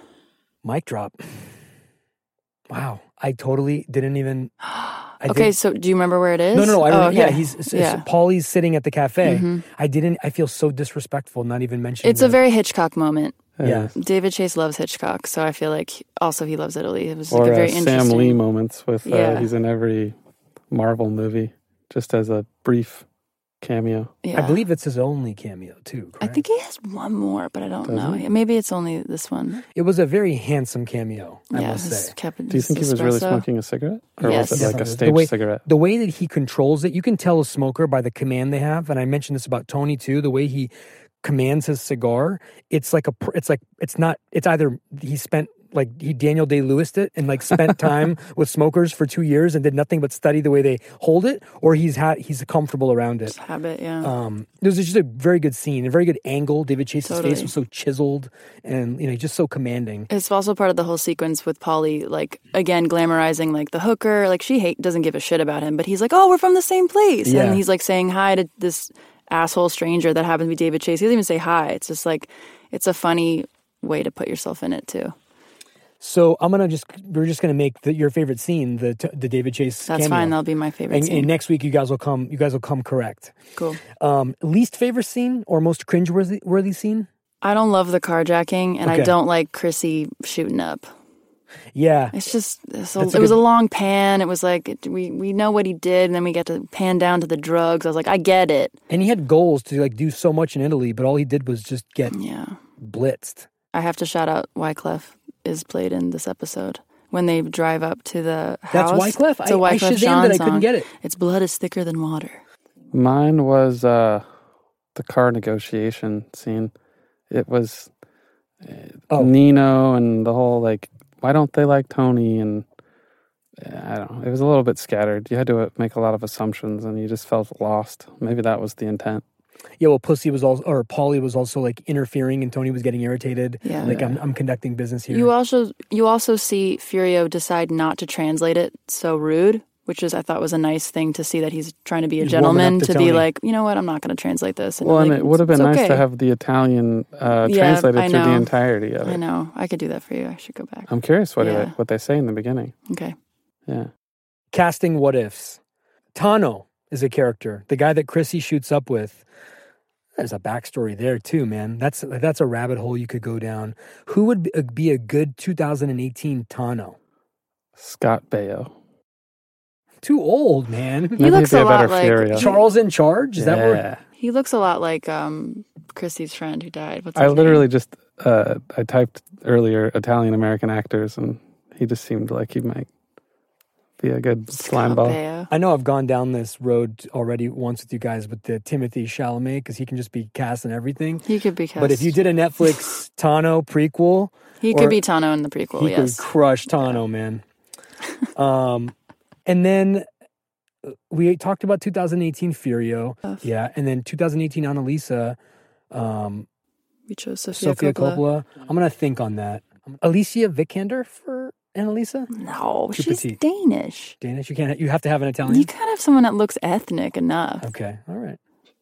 Speaker 2: Mic drop. Wow, I totally didn't even. I
Speaker 4: okay,
Speaker 2: did-
Speaker 4: so do you remember where it is?
Speaker 2: no, no, no. I
Speaker 4: Oh,
Speaker 2: remember, yeah,
Speaker 4: okay.
Speaker 2: he's it's,
Speaker 4: yeah. Mm-hmm.
Speaker 2: Paulie's sitting at the cafe. I didn't. I feel so disrespectful not even mentioning.
Speaker 4: It's a
Speaker 2: that.
Speaker 4: very Hitchcock moment.
Speaker 2: yeah.
Speaker 4: David Chase loves Hitchcock, so I feel like he- also he loves Italy. It was
Speaker 3: or
Speaker 4: like a very
Speaker 3: uh,
Speaker 4: interesting.
Speaker 3: Sam Lee moments with uh,
Speaker 4: Yeah.
Speaker 3: he's in every Marvel movie, just as a brief cameo.
Speaker 4: Yeah.
Speaker 2: I believe it's his only cameo too.
Speaker 4: I
Speaker 2: correct?
Speaker 4: think he has one more, but I don't
Speaker 3: Does
Speaker 4: know.
Speaker 3: he?
Speaker 4: Maybe it's only this one.
Speaker 2: it was a very handsome cameo. I
Speaker 4: yeah,
Speaker 2: must
Speaker 4: his
Speaker 2: say.
Speaker 4: cap-
Speaker 3: Do you
Speaker 4: his
Speaker 3: think he was really
Speaker 4: espresso.
Speaker 3: smoking a cigarette, or
Speaker 4: Yes.
Speaker 3: was it like a
Speaker 2: Definitely. The
Speaker 3: staged
Speaker 2: way-
Speaker 3: cigarette?
Speaker 2: the way that he controls it, you can tell a smoker by the command they have. And I mentioned this about Tony too. The way he commands his cigar, it's like a, pr- it's like it's not. It's either he spent like he Daniel Day Lewised it and like spent time with smokers for two years and did nothing but study the way they hold it, or he's had he's comfortable around it.
Speaker 4: Habit, yeah.
Speaker 3: Uh.
Speaker 2: Um, there's just a very good scene, a very good angle. David Chase's face
Speaker 4: Totally.
Speaker 2: was so chiseled, and you know, just so commanding.
Speaker 4: It's also part of the whole sequence with Polly, like again glamorizing like the hooker. Like she hate doesn't give a shit about him, but he's like, "Oh, we're from the same place,"
Speaker 2: Yeah.
Speaker 4: and he's like saying hi to this asshole stranger that happens to be David Chase. He doesn't even say hi. It's just like it's a funny way to put yourself in it too.
Speaker 2: So I'm gonna just we're just gonna make the, your favorite scene the the David Chase.
Speaker 4: That's
Speaker 2: cameo.
Speaker 4: fine. That'll be my favorite
Speaker 2: and,
Speaker 4: scene.
Speaker 2: and next week you guys will come you guys will come correct
Speaker 4: cool.
Speaker 2: um least favorite scene or most cringe worthy worthy scene
Speaker 4: I don't love the carjacking, and
Speaker 2: Okay.
Speaker 4: I don't like Chrissy shooting up.
Speaker 2: yeah
Speaker 4: It's just it's a,
Speaker 2: That's a
Speaker 4: it was a
Speaker 2: good-
Speaker 4: long pan. It was like it- we we know what he did, and then we get to pan down to the drugs. I was like, I get it.
Speaker 2: and he had goals to like do so much in italy but all he did was just get
Speaker 4: Yeah.
Speaker 2: blitzed
Speaker 4: I have to shout out Wyclef is played in this episode when they drive up to the
Speaker 2: that's
Speaker 4: house.
Speaker 2: wyclef
Speaker 4: It's a
Speaker 2: i, I
Speaker 4: Wyclef
Speaker 2: shazammed
Speaker 4: Jean
Speaker 2: that i
Speaker 4: song.
Speaker 2: couldn't get it
Speaker 4: Its blood is thicker than water.
Speaker 3: Mine was uh, the car negotiation scene. It was
Speaker 2: oh
Speaker 3: Nino and the whole like, why don't they like Tony? And uh, I don't know. It was a little bit scattered. You had to uh, make a lot of assumptions and you just felt lost. Maybe that was the intent.
Speaker 2: yeah well pussy was also or polly was also like interfering and tony was getting irritated
Speaker 4: Yeah.
Speaker 2: like i'm, I'm conducting business here
Speaker 4: You also you also see Furio decide not to translate it so rude, which is I thought was a nice thing to see that he's trying to be a
Speaker 2: He's warming up
Speaker 4: gentleman
Speaker 2: to
Speaker 4: to,
Speaker 2: Tony.
Speaker 4: be like, you know what, I'm not going to translate this.
Speaker 3: well,
Speaker 4: I'm
Speaker 3: and
Speaker 4: like,
Speaker 3: it would have
Speaker 4: "It's
Speaker 3: been nice
Speaker 4: okay."
Speaker 3: to have the Italian uh,
Speaker 4: Yeah,
Speaker 3: translated
Speaker 4: I
Speaker 3: through the
Speaker 4: know.
Speaker 3: entirety of
Speaker 4: I
Speaker 3: it.
Speaker 4: know I could do that for you. I should go back.
Speaker 3: I'm curious what
Speaker 4: Yeah.
Speaker 3: it, what they say in the beginning.
Speaker 4: Okay.
Speaker 3: Yeah.
Speaker 2: casting what ifs. Tano is a character, the guy that Chrissy shoots up with. There's a backstory there too, man. That's that's a rabbit hole you could go down. Who would be- be a good 2018 Tano?
Speaker 3: Scott Baio.
Speaker 2: Too old, man.
Speaker 4: He
Speaker 3: Maybe
Speaker 4: looks a
Speaker 3: it'd be a better
Speaker 4: lot like-
Speaker 3: Furio.
Speaker 2: Charles in charge? Is that where?
Speaker 3: Yeah.
Speaker 4: He looks a lot like um, Christy's friend who died. What's
Speaker 3: I
Speaker 4: his name?
Speaker 3: literally just uh, I typed earlier Italian American actors, and he just seemed like he might be a good slime ball.
Speaker 4: Scalpeo.
Speaker 2: I know I've gone down this road already once with you guys with the Timothy Chalamet because he can just be cast in everything.
Speaker 4: He could be cast.
Speaker 2: But if you did a Netflix Tano prequel,
Speaker 4: He
Speaker 2: Or-
Speaker 4: could be Tano in the prequel,
Speaker 2: he
Speaker 4: yes.
Speaker 2: could crush Tano, man. Um, and then uh, we talked about 2018 Furio,
Speaker 4: Tough.
Speaker 2: yeah, and then 2018 Annalisa, um,
Speaker 4: We chose Sophia,
Speaker 2: Sophia
Speaker 4: Coppola.
Speaker 2: Coppola. I'm gonna think on that. Um, Alicia Vikander for Annalisa,
Speaker 4: Mm. No,
Speaker 2: Too
Speaker 4: she's
Speaker 2: petite.
Speaker 4: Danish.
Speaker 2: Danish. You can't. You have to have an Italian.
Speaker 4: You gotta have someone that looks ethnic enough.
Speaker 2: okay, all right.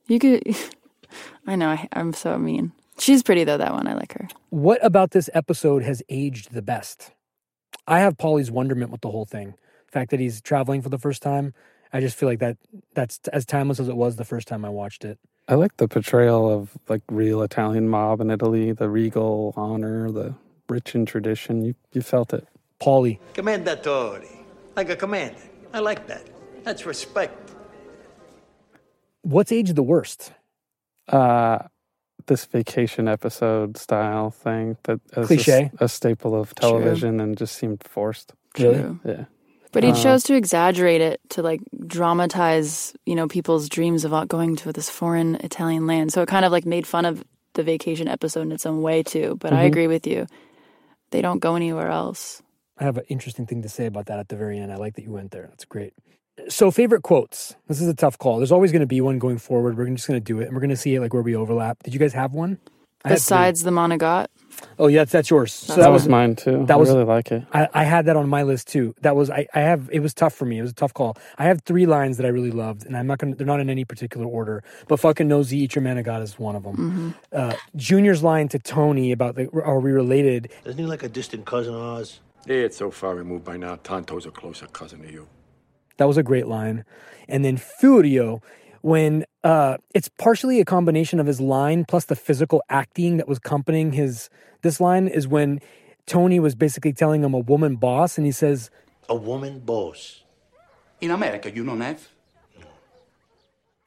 Speaker 4: You could. I know, I, I'm so mean. She's pretty though, that one. I like her.
Speaker 2: What about this episode has aged the best? I have Polly's wonderment with the whole thing. The fact that he's traveling for the first time. I just feel like that that's as timeless as it was the first time I watched it.
Speaker 3: I like the portrayal of like real Italian mob in Italy, the regal honor, the rich in tradition. You you felt it.
Speaker 2: Polly.
Speaker 6: Commendatore. Like a commander. I like that. That's respect.
Speaker 2: What's aged the worst?
Speaker 3: Uh, this vacation episode style thing that is
Speaker 2: Cliche.
Speaker 3: a, a staple of television and just seemed forced.
Speaker 2: Really?
Speaker 4: True.
Speaker 3: Yeah.
Speaker 4: But he
Speaker 2: Oh.
Speaker 3: Uh,
Speaker 4: chose to exaggerate it to like dramatize, you know, people's dreams of going to this foreign Italian land. So it kind of like made fun of the vacation episode in its own way too. But I
Speaker 2: Mm-hmm.
Speaker 4: agree with you. They don't go anywhere else.
Speaker 2: I have an interesting thing to say about that at the very end. I like that you went there. That's great. So, favorite quotes. This is a tough call. There's always going to be one going forward. We're just going to do it, and we're going to see like where we overlap. Did you guys have one? I had three.
Speaker 4: Besides the Monogot
Speaker 2: Oh yeah, that's, that's yours. So
Speaker 3: that was mine too.
Speaker 2: that was-
Speaker 3: I really like it.
Speaker 2: I, I had that on my list too. That was I, I have it was tough for me. It was a tough call. I have three lines that I really loved, and I'm not gonna they're not in any particular order. But fucking nosy eat your man of God is one of them.
Speaker 3: Mm-hmm.
Speaker 2: Uh, Junior's line to Tony about the, are we related?
Speaker 6: Isn't he like a distant cousin of ours?
Speaker 5: Yeah, it's so far removed by now. Tonto's a closer cousin to you.
Speaker 2: That was a great line. And then Furio, when uh, it's partially a combination of his line plus the physical acting that was accompanying his this line is when Tony was basically telling him a woman boss, and he says,
Speaker 6: A woman boss.
Speaker 8: In America, you don't have.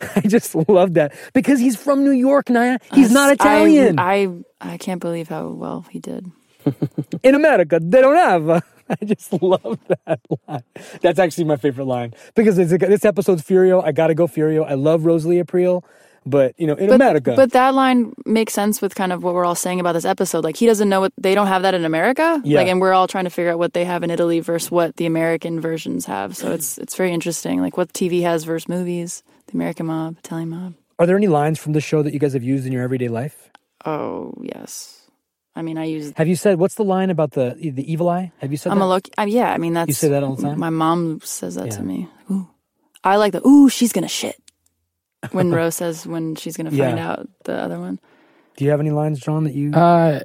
Speaker 2: I just love that because he's from New York, Naya. He's not Italian.
Speaker 4: I, I I can't believe how well he did.
Speaker 2: In America, they don't have. I just love that line. That's actually my favorite line because it's, this episode's Furio. I gotta go Furio. I love Rosalie April, but you know, in America,
Speaker 4: But that line makes sense with kind of what we're all saying about this episode. Like he doesn't know what they don't have that in America.
Speaker 2: Yeah.
Speaker 4: Like and we're all trying to figure out what they have in Italy versus what the American versions have. So it's it's very interesting. Like what TV has versus movies, the American mob, Italian mob.
Speaker 2: are there any lines from the show that you guys have used in your everyday life?
Speaker 4: Oh yes. I mean I use
Speaker 2: Have you said what's the line about the the evil eye? Have you said
Speaker 4: I'm
Speaker 2: that?
Speaker 4: a look I, yeah, I mean that's
Speaker 2: You say that all the time?
Speaker 4: My mom says that
Speaker 2: Yeah.
Speaker 4: to me. Ooh. I like the ooh, she's gonna shit. When Rose says when she's gonna find
Speaker 2: Yeah.
Speaker 4: out the other one.
Speaker 2: Do you have any lines, John, that you?
Speaker 3: Uh,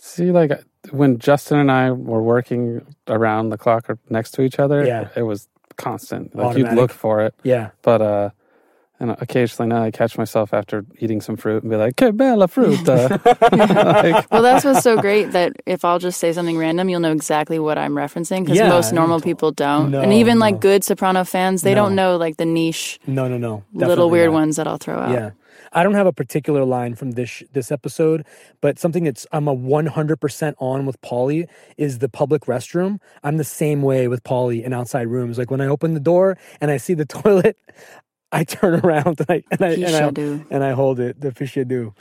Speaker 3: see, like when Justin and I were working around the clock or next to each other,
Speaker 2: Yeah.
Speaker 3: it was constant. Like
Speaker 2: Automatic.
Speaker 3: you'd look for it,
Speaker 2: yeah,
Speaker 3: but uh, and occasionally now I catch myself after eating some fruit and be like, "Che bella frutta!" like,
Speaker 4: Well, that's what's so great that if I'll just say something random, you'll know exactly what I'm referencing because
Speaker 2: Yeah,
Speaker 4: most normal people don't.
Speaker 2: No,
Speaker 4: and even like
Speaker 2: no.
Speaker 4: good Soprano fans, they don't
Speaker 2: No.
Speaker 4: know like the niche
Speaker 2: no, no, no,
Speaker 4: little
Speaker 2: Definitely
Speaker 4: weird
Speaker 2: not.
Speaker 4: ones that I'll throw out.
Speaker 2: Yeah. I don't have a particular line from this sh- this episode, but something that's I'm a 100% on with Polly is the public restroom. I'm the same way with Polly in outside rooms. Like when I open the door and I see the toilet, I turn around and I and I,
Speaker 4: He
Speaker 2: and I,
Speaker 4: shall do.
Speaker 2: and I hold it. The fish do.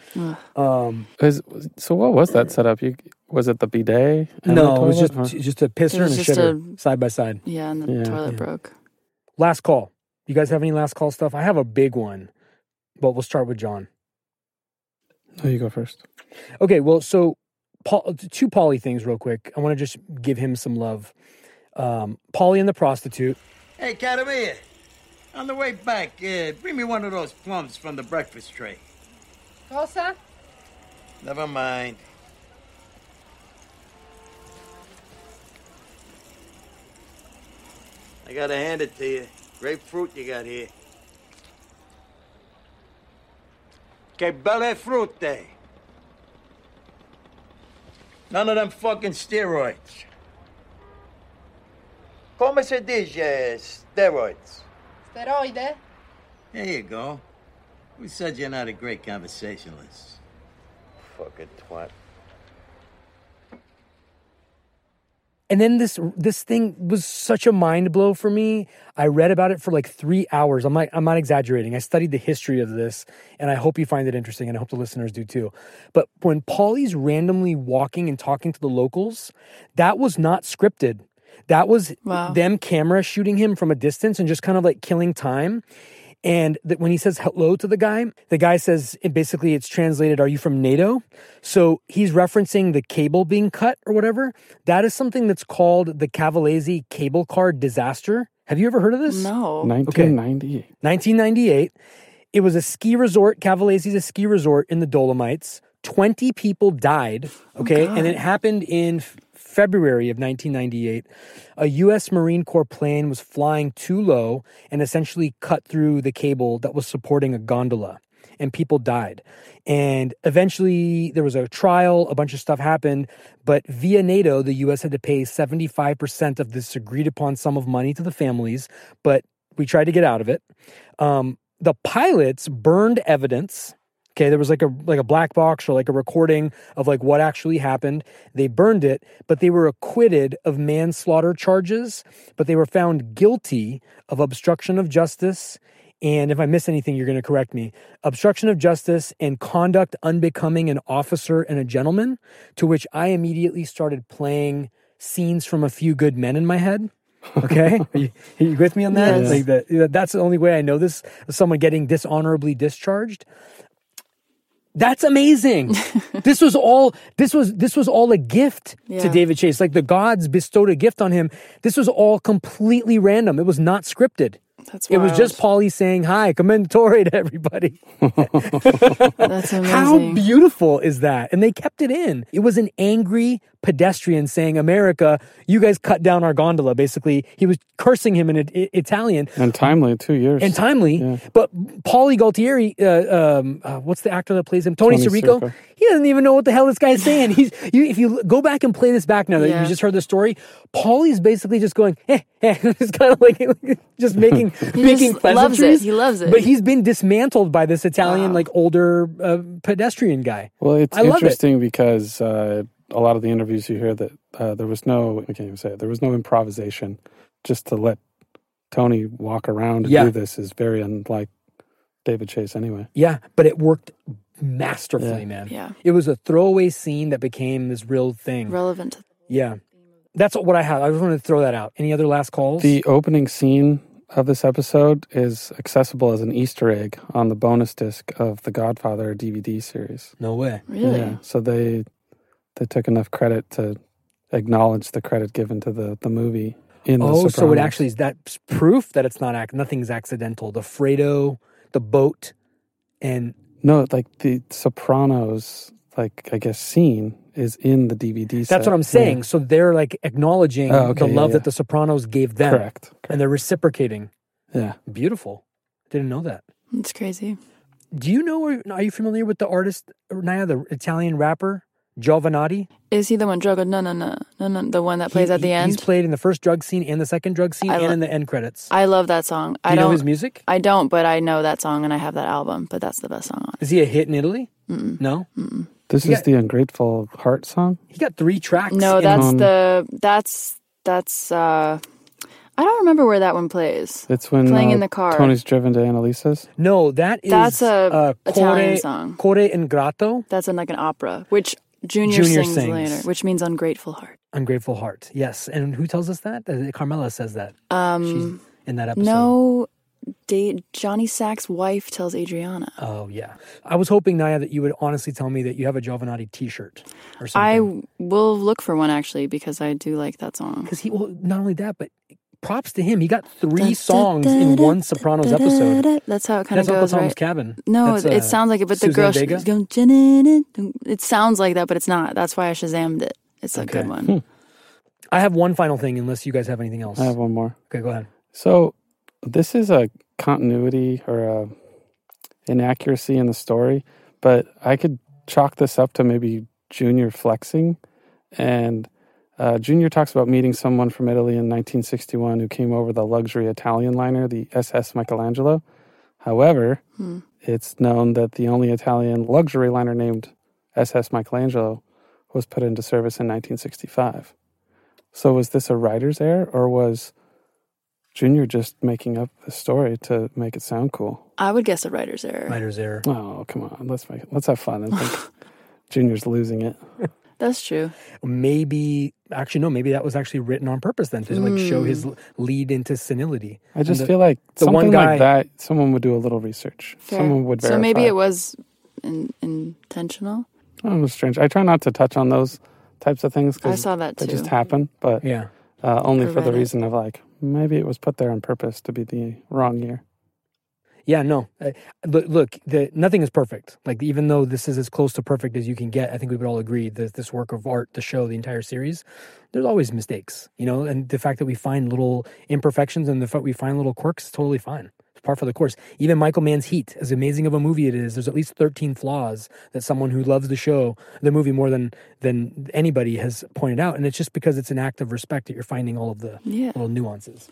Speaker 2: Um,
Speaker 3: is, so what was that setup? You was it the bidet? and the
Speaker 2: no, it was
Speaker 3: toilet,
Speaker 2: just
Speaker 3: or-
Speaker 2: just a pisser
Speaker 4: It was
Speaker 2: and a
Speaker 4: just
Speaker 2: shitter side by side.
Speaker 4: Yeah, and the
Speaker 3: Yeah.
Speaker 4: toilet
Speaker 2: Yeah.
Speaker 4: broke.
Speaker 2: Last call. You guys have any last call stuff? I have a big one, but we'll start with John.
Speaker 3: Oh, you go first.
Speaker 2: Okay, well, so Paul, two Polly things real quick. I want to just give him some love. Um, Polly and the prostitute.
Speaker 6: Hey, Catamir. On the way back, uh, bring me one of those plums from the breakfast tray.
Speaker 7: Cosa?
Speaker 6: Never mind. I gotta hand it to you. Grapefruit you got here. Que belle frutte. None of them fucking steroids. Come se dice steroids?
Speaker 7: Steroide?
Speaker 6: There you go. Who said you're not a great conversationalist? Fucking twat.
Speaker 2: And then this this thing was such a mind blow for me. I read about it for like three hours. I'm like I'm not exaggerating. I studied the history of this, and I hope you find it interesting, and I hope the listeners do too. But when Polly's randomly walking and talking to the locals, that was not scripted. That was
Speaker 4: Wow.
Speaker 2: them camera shooting him from a distance and just kind of like killing time. And that when he says hello to the guy, the guy says, and basically it's translated, Are you from NATO? So he's referencing the cable being cut or whatever. That is something that's called the Cavalese cable car disaster. Have you ever heard of this?
Speaker 4: No.
Speaker 3: Nineteen ninety eight.
Speaker 2: 1998. It was a ski resort. Cavalese is a ski resort in the Dolomites. 20 people died. Okay. and it happened in F- February of 1998. A U.S. Marine Corps plane was flying too low and essentially cut through the cable that was supporting a gondola. And people died. And eventually there was a trial, a bunch of stuff happened. But via NATO, the US had to pay 75% of this agreed upon sum of money to the families. But we tried to get out of it. Um, the pilots burned evidence. Okay, there was like a like a black box or like a recording of like what actually happened. They burned it, but they were acquitted of manslaughter charges, but they were found guilty of obstruction of justice. And if I miss anything, you're going to correct me. Obstruction of justice and conduct unbecoming an officer and a gentleman, to which I immediately started playing scenes from A Few Good Men in my head. Okay, are you, are you with me on that?
Speaker 4: Yes.
Speaker 2: Like that? That's the only way I know this. Someone getting dishonorably discharged. That's amazing. this was all this was this was all a gift to
Speaker 4: Yeah.
Speaker 2: David Chase. Like the gods bestowed a gift on him. This was all completely random. It was not scripted.
Speaker 4: That's
Speaker 2: It was just Paulie saying hi, commendatory to everybody.
Speaker 4: That's amazing.
Speaker 2: How beautiful is that? And they kept it in. It was an angry pedestrian saying, "America, you guys cut down our gondola." Basically, he was cursing him in I- Italian,
Speaker 3: And timely, two years.
Speaker 2: and timely. But Paulie Galtieri, uh, um, uh, what's the actor that plays him? Tony,
Speaker 3: Tony
Speaker 2: Sirico.
Speaker 3: Sirico.
Speaker 2: He doesn't even know what the hell this guy's saying. He's you, if you l- go back and play this back now that
Speaker 4: Yeah.
Speaker 2: you just heard the story, Paulie's basically just going, eh, eh. it's kind of like just making making
Speaker 4: just loves it.
Speaker 2: pleasantries.
Speaker 4: He loves it.
Speaker 2: But he's been dismantled by this Italian like older uh, pedestrian guy.
Speaker 3: Well, it's
Speaker 2: I love it.
Speaker 3: interesting because uh, a lot of the interviews you hear that uh, there was no, I can't even say it, there was no improvisation. Just to let Tony walk around and
Speaker 2: Yeah.
Speaker 3: do this is very unlike David Chase anyway.
Speaker 2: Yeah, but it worked masterfully,
Speaker 3: Yeah.
Speaker 2: man.
Speaker 4: Yeah.
Speaker 2: It was a throwaway scene that became this real thing.
Speaker 4: relevant. To-
Speaker 2: Yeah. That's what I had. I just wanted to throw that out. Any other last calls?
Speaker 3: The opening scene of this episode is accessible as an Easter egg on the bonus disc of the Godfather DVD series.
Speaker 2: no way.
Speaker 4: really?
Speaker 3: So they they took enough credit to acknowledge the credit given to the, the movie in the
Speaker 2: Oh, so it
Speaker 3: Sopranos.
Speaker 2: actually is that's proof that it's not ac- nothing's accidental. The Fredo, the boat, and
Speaker 3: No, like the Sopranos, like I guess scene is in the DVD.
Speaker 2: that's what I'm saying. So they're like acknowledging
Speaker 3: Oh, okay,
Speaker 2: the
Speaker 3: yeah,
Speaker 2: love
Speaker 3: yeah.
Speaker 2: that the Sopranos gave them,
Speaker 3: Correct.
Speaker 2: and they're reciprocating.
Speaker 3: Yeah.
Speaker 2: Beautiful. Didn't know that.
Speaker 4: That's crazy.
Speaker 2: Do you know? Or are you familiar with the artist Naya, the Italian rapper Giovanni?
Speaker 4: Is he the one drug? No, no, no, no, no. The one that plays
Speaker 2: He-
Speaker 4: at the
Speaker 2: he-
Speaker 4: end.
Speaker 2: He's played in the first drug scene and the second drug scene,
Speaker 4: I
Speaker 2: and
Speaker 4: lo-
Speaker 2: in the end credits.
Speaker 4: I love that song.
Speaker 2: Do
Speaker 4: I
Speaker 2: you
Speaker 4: don't.
Speaker 2: know his music?
Speaker 4: I don't, but I know that song and I have that album. But that's the best song on. it.
Speaker 2: Is he a hit in Italy? No,
Speaker 3: This
Speaker 2: Yeah.
Speaker 3: is the Ungrateful Heart song.
Speaker 2: he got three tracks.
Speaker 4: No,
Speaker 2: in-
Speaker 4: that's
Speaker 3: Um,
Speaker 4: the that's that's. uh I don't remember where that one plays.
Speaker 3: It's when
Speaker 4: Playing
Speaker 3: uh,
Speaker 4: in the car.
Speaker 3: Tony's driven to Annalisa's.
Speaker 2: no, that is
Speaker 4: That's a
Speaker 2: uh,
Speaker 4: Italian
Speaker 2: Core-
Speaker 4: song.
Speaker 2: Core Ingrato.
Speaker 4: That's in like an opera, which Junior,
Speaker 2: Junior
Speaker 4: sings,
Speaker 2: sings.
Speaker 4: later, which means ungrateful heart.
Speaker 2: Ungrateful Heart. Yes. And who tells us that? Uh, Carmela says that.
Speaker 4: Um,
Speaker 2: She's in that episode.
Speaker 4: no, date Johnny Sack's wife tells Adriana.
Speaker 2: Oh, yeah. I was hoping, Naya, that you would honestly tell me that you have a Giovanni t shirt or
Speaker 4: I
Speaker 2: something.
Speaker 4: w- will look for one actually because I do like that song.
Speaker 2: Because he, well, not only that, but props to him. He got three songs in one Sopranos episode.
Speaker 4: That's how it kind
Speaker 2: That's
Speaker 4: of
Speaker 2: Uncle
Speaker 4: goes,
Speaker 2: Tom's
Speaker 4: right?
Speaker 2: Cabin.
Speaker 4: No,
Speaker 2: That's,
Speaker 4: it-
Speaker 2: uh,
Speaker 4: it sounds like it, but the
Speaker 2: Suzanne
Speaker 4: girl she-
Speaker 2: Vega?
Speaker 4: she's going. "Jin-in-in." It sounds like that, but it's not. That's why I shazamed it. It's a good
Speaker 2: Hmm.
Speaker 4: one.
Speaker 2: I have one final thing, unless you guys have anything else.
Speaker 3: I have one more.
Speaker 2: Okay, go ahead.
Speaker 3: So this is a continuity or a inaccuracy in the story, but I could chalk this up to maybe Junior flexing. And uh, Junior talks about meeting someone from Italy in 1961 who came over the luxury Italian liner, the SS Michelangelo. However, it's known that the only Italian luxury liner named SS Michelangelo was put into service in 1965. So was this a writer's error or was Junior just making up the story to make it sound cool?
Speaker 4: I would guess a writer's error.
Speaker 2: Writer's error.
Speaker 3: Oh, come on. Let's make it, let's have fun and think Junior's losing it.
Speaker 4: That's true.
Speaker 2: Maybe, actually, no, maybe that was actually written on purpose then to like show his l- lead into senility.
Speaker 3: Hmm. I just
Speaker 2: the-
Speaker 3: feel like
Speaker 2: the
Speaker 3: something
Speaker 2: one guy-
Speaker 3: like that someone would do a little research.
Speaker 4: Fair.
Speaker 3: Someone would verify.
Speaker 4: So maybe it was in, intentional.
Speaker 3: Oh, strange. I try not to touch on those types of things
Speaker 4: I
Speaker 3: because
Speaker 4: saw that
Speaker 3: they
Speaker 4: too.
Speaker 3: just happen, but
Speaker 2: Yeah.
Speaker 3: uh, only
Speaker 4: I
Speaker 3: for the
Speaker 4: read it.
Speaker 3: reason of like maybe it was put there on purpose to be the wrong year.
Speaker 2: Yeah, no. Uh, look, look the, nothing is perfect. Like, even though this is as close to perfect as you can get, I think we would all agree that this work of art, the show, the entire series, there's always mistakes, you know? And the fact that we find little imperfections and the fact we find little quirks is totally fine. It's par for the course. Even Michael Mann's Heat, as amazing of a movie it is, there's at least 13 flaws that someone who loves the show, the movie more than than anybody has pointed out. And it's just because it's an act of respect that you're finding all of the
Speaker 4: Yeah.
Speaker 2: little nuances.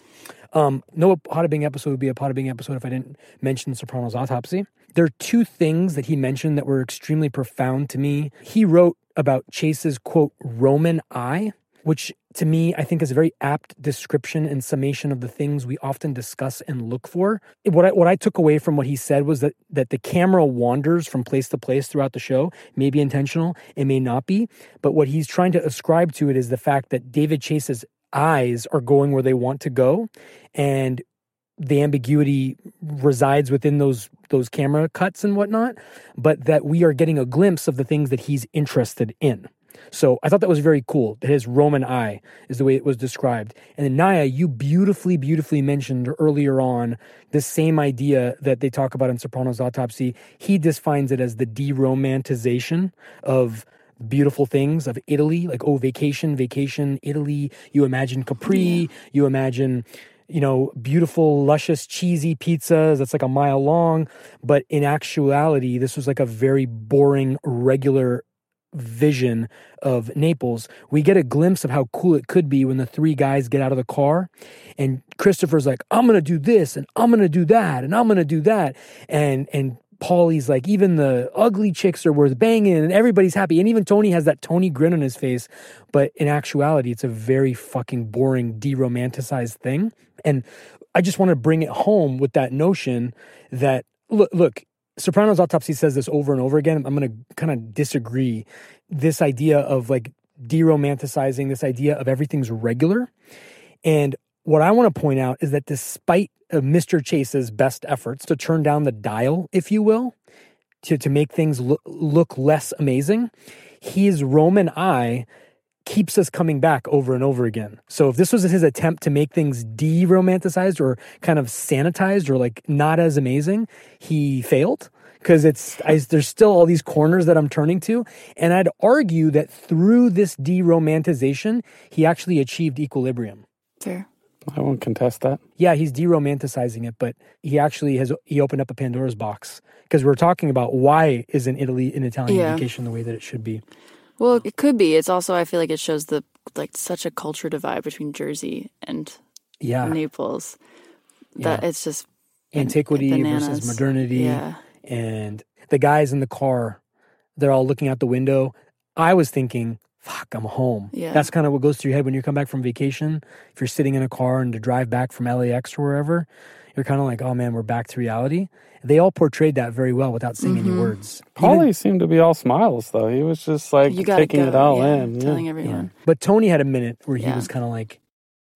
Speaker 2: Um, no How Bing episode would be a How Bing episode if I didn't mention Soprano's autopsy. There are two things that he mentioned that were extremely profound to me. He wrote about Chase's quote, Roman eye, which to me I think is a very apt description and summation of the things we often discuss and look for. What I what I took away from what he said was that that the camera wanders from place to place throughout the show, may be intentional, it may not be, but what he's trying to ascribe to it is the fact that David Chase's eyes are going where they want to go and the ambiguity resides within those those camera cuts and whatnot, but that we are getting a glimpse of the things that he's interested in. So I thought that was very cool. That his Roman eye is the way it was described. And then Naya, you beautifully, beautifully mentioned earlier on the same idea that they talk about in Soprano's autopsy. He defines it as the deromantization of beautiful things of Italy, like oh vacation, vacation, Italy. You imagine Capri, you imagine you know, beautiful, luscious, cheesy pizzas that's like a mile long. But in actuality, this was like a very boring, regular vision of Naples. We get a glimpse of how cool it could be when the three guys get out of the car and Christopher's like, I'm gonna do this and I'm gonna do that and I'm gonna do that. And and Paulie's like, even the ugly chicks are worth banging and everybody's happy. And even Tony has that Tony grin on his face. But in actuality, it's a very fucking boring, deromanticized thing. And I just want to bring it home with that notion that look, look, Soprano's autopsy says this over and over again. I'm going to kind of disagree. This idea of like deromanticizing, this idea of everything's regular. And what I want to point out is that despite uh, Mr. Chase's best efforts to turn down the dial, if you will, to, to make things lo- look less amazing, his Roman eye keeps us coming back over and over again. So if this was his attempt to make things de-romanticized or kind of sanitized or like not as amazing, he failed because it's I, there's still all these corners that I'm turning to, and I'd argue that through this de-romanticization, he actually achieved equilibrium.
Speaker 4: Fair.
Speaker 3: I won't contest that.
Speaker 2: Yeah, he's de-romanticizing it, but he actually has he opened up a Pandora's box because we're talking about why isn't Italy an Italian
Speaker 4: Yeah.
Speaker 2: vacation the way that it should be.
Speaker 4: Well, it could be. It's also I feel like it shows the like such a culture divide between Jersey and
Speaker 3: Ah.
Speaker 2: Yeah,
Speaker 4: Naples. That it's just
Speaker 2: antiquity versus
Speaker 4: bananas.
Speaker 2: modernity.
Speaker 4: yeah.
Speaker 2: and the guys in the car they're all looking out the window i was thinking fuck i'm home
Speaker 4: Yeah.
Speaker 2: that's kind of what goes through your head when you come back from vacation if you're sitting in a car and to drive back from lax or wherever you're kind of like oh man we're back to reality they all portrayed that very well without saying
Speaker 4: Mm-hmm.
Speaker 2: any words
Speaker 3: Paulie seemed to be all smiles though. He was just like
Speaker 4: You gotta
Speaker 3: taking
Speaker 4: go.
Speaker 3: it all
Speaker 4: yeah,
Speaker 3: in. Yeah.
Speaker 4: Telling everyone.
Speaker 2: but tony had a minute where he
Speaker 4: Yeah.
Speaker 2: was kind of like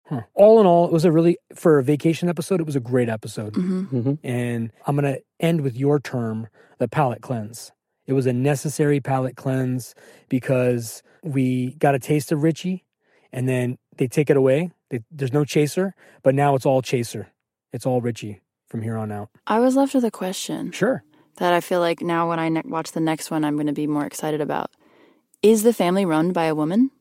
Speaker 2: huh. all in all it was a really for a vacation episode it was a great episode
Speaker 4: hmm
Speaker 3: Mm-hmm.
Speaker 2: And I'm going to end with your term, the palate cleanse. It was a necessary palate cleanse because we got a taste of Richie and then they take it away. They, there's no chaser, but now it's all chaser. It's all Richie from here on out.
Speaker 4: I was left with a question
Speaker 2: Sure.
Speaker 4: that I feel like now when I ne- watch the next one, I'm going to be more excited about. Is the family run by a woman?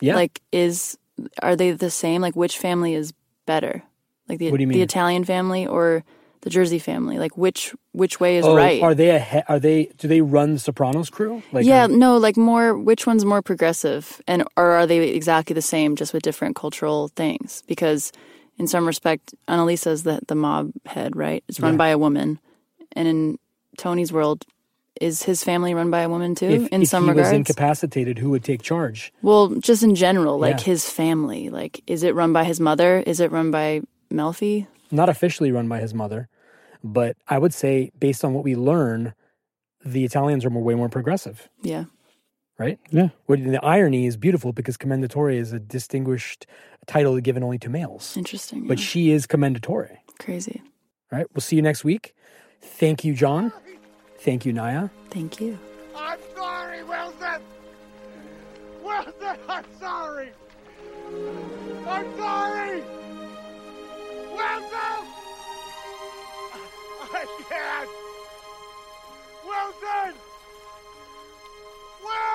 Speaker 2: Yeah.
Speaker 4: Like, is are they the same? Like, which family is better? Like the
Speaker 2: What do you mean?
Speaker 4: the Italian family or the Jersey family? Like, which which way is
Speaker 2: Oh,
Speaker 4: right?
Speaker 2: Are they ahead? Are they? Do they run the Sopranos crew? Like, um,
Speaker 4: yeah,
Speaker 2: are-
Speaker 4: no, like more. Which one's more progressive, and or are they exactly the same, just with different cultural things? Because in some respect, Annalisa's the the mob head, right? It's run by a woman, and in Tony's world, is his family run by a woman too?
Speaker 2: if,
Speaker 4: in
Speaker 2: if
Speaker 4: some
Speaker 2: he
Speaker 4: regards,
Speaker 2: was incapacitated, who would take charge?
Speaker 4: well, just in general, like
Speaker 2: Yeah.
Speaker 4: his family, like is it run by his mother? Is it run by Melfi?
Speaker 2: Not officially run by his mother, but I would say based on what we learn, the Italians are more, way more progressive,
Speaker 4: Yeah,
Speaker 2: right?
Speaker 3: Yeah.
Speaker 2: What the irony is beautiful because commendatore is a distinguished title given only to males.
Speaker 4: interesting.
Speaker 2: But
Speaker 4: yeah.
Speaker 2: she is commendatore.
Speaker 4: crazy.
Speaker 2: All right. We'll see you next week. Thank you, John. Thank you, Naya.
Speaker 4: Thank you.
Speaker 5: I'm sorry, Wilson! Wilson, I'm sorry! I'm sorry! Wilson! I can't! Wilson! Will!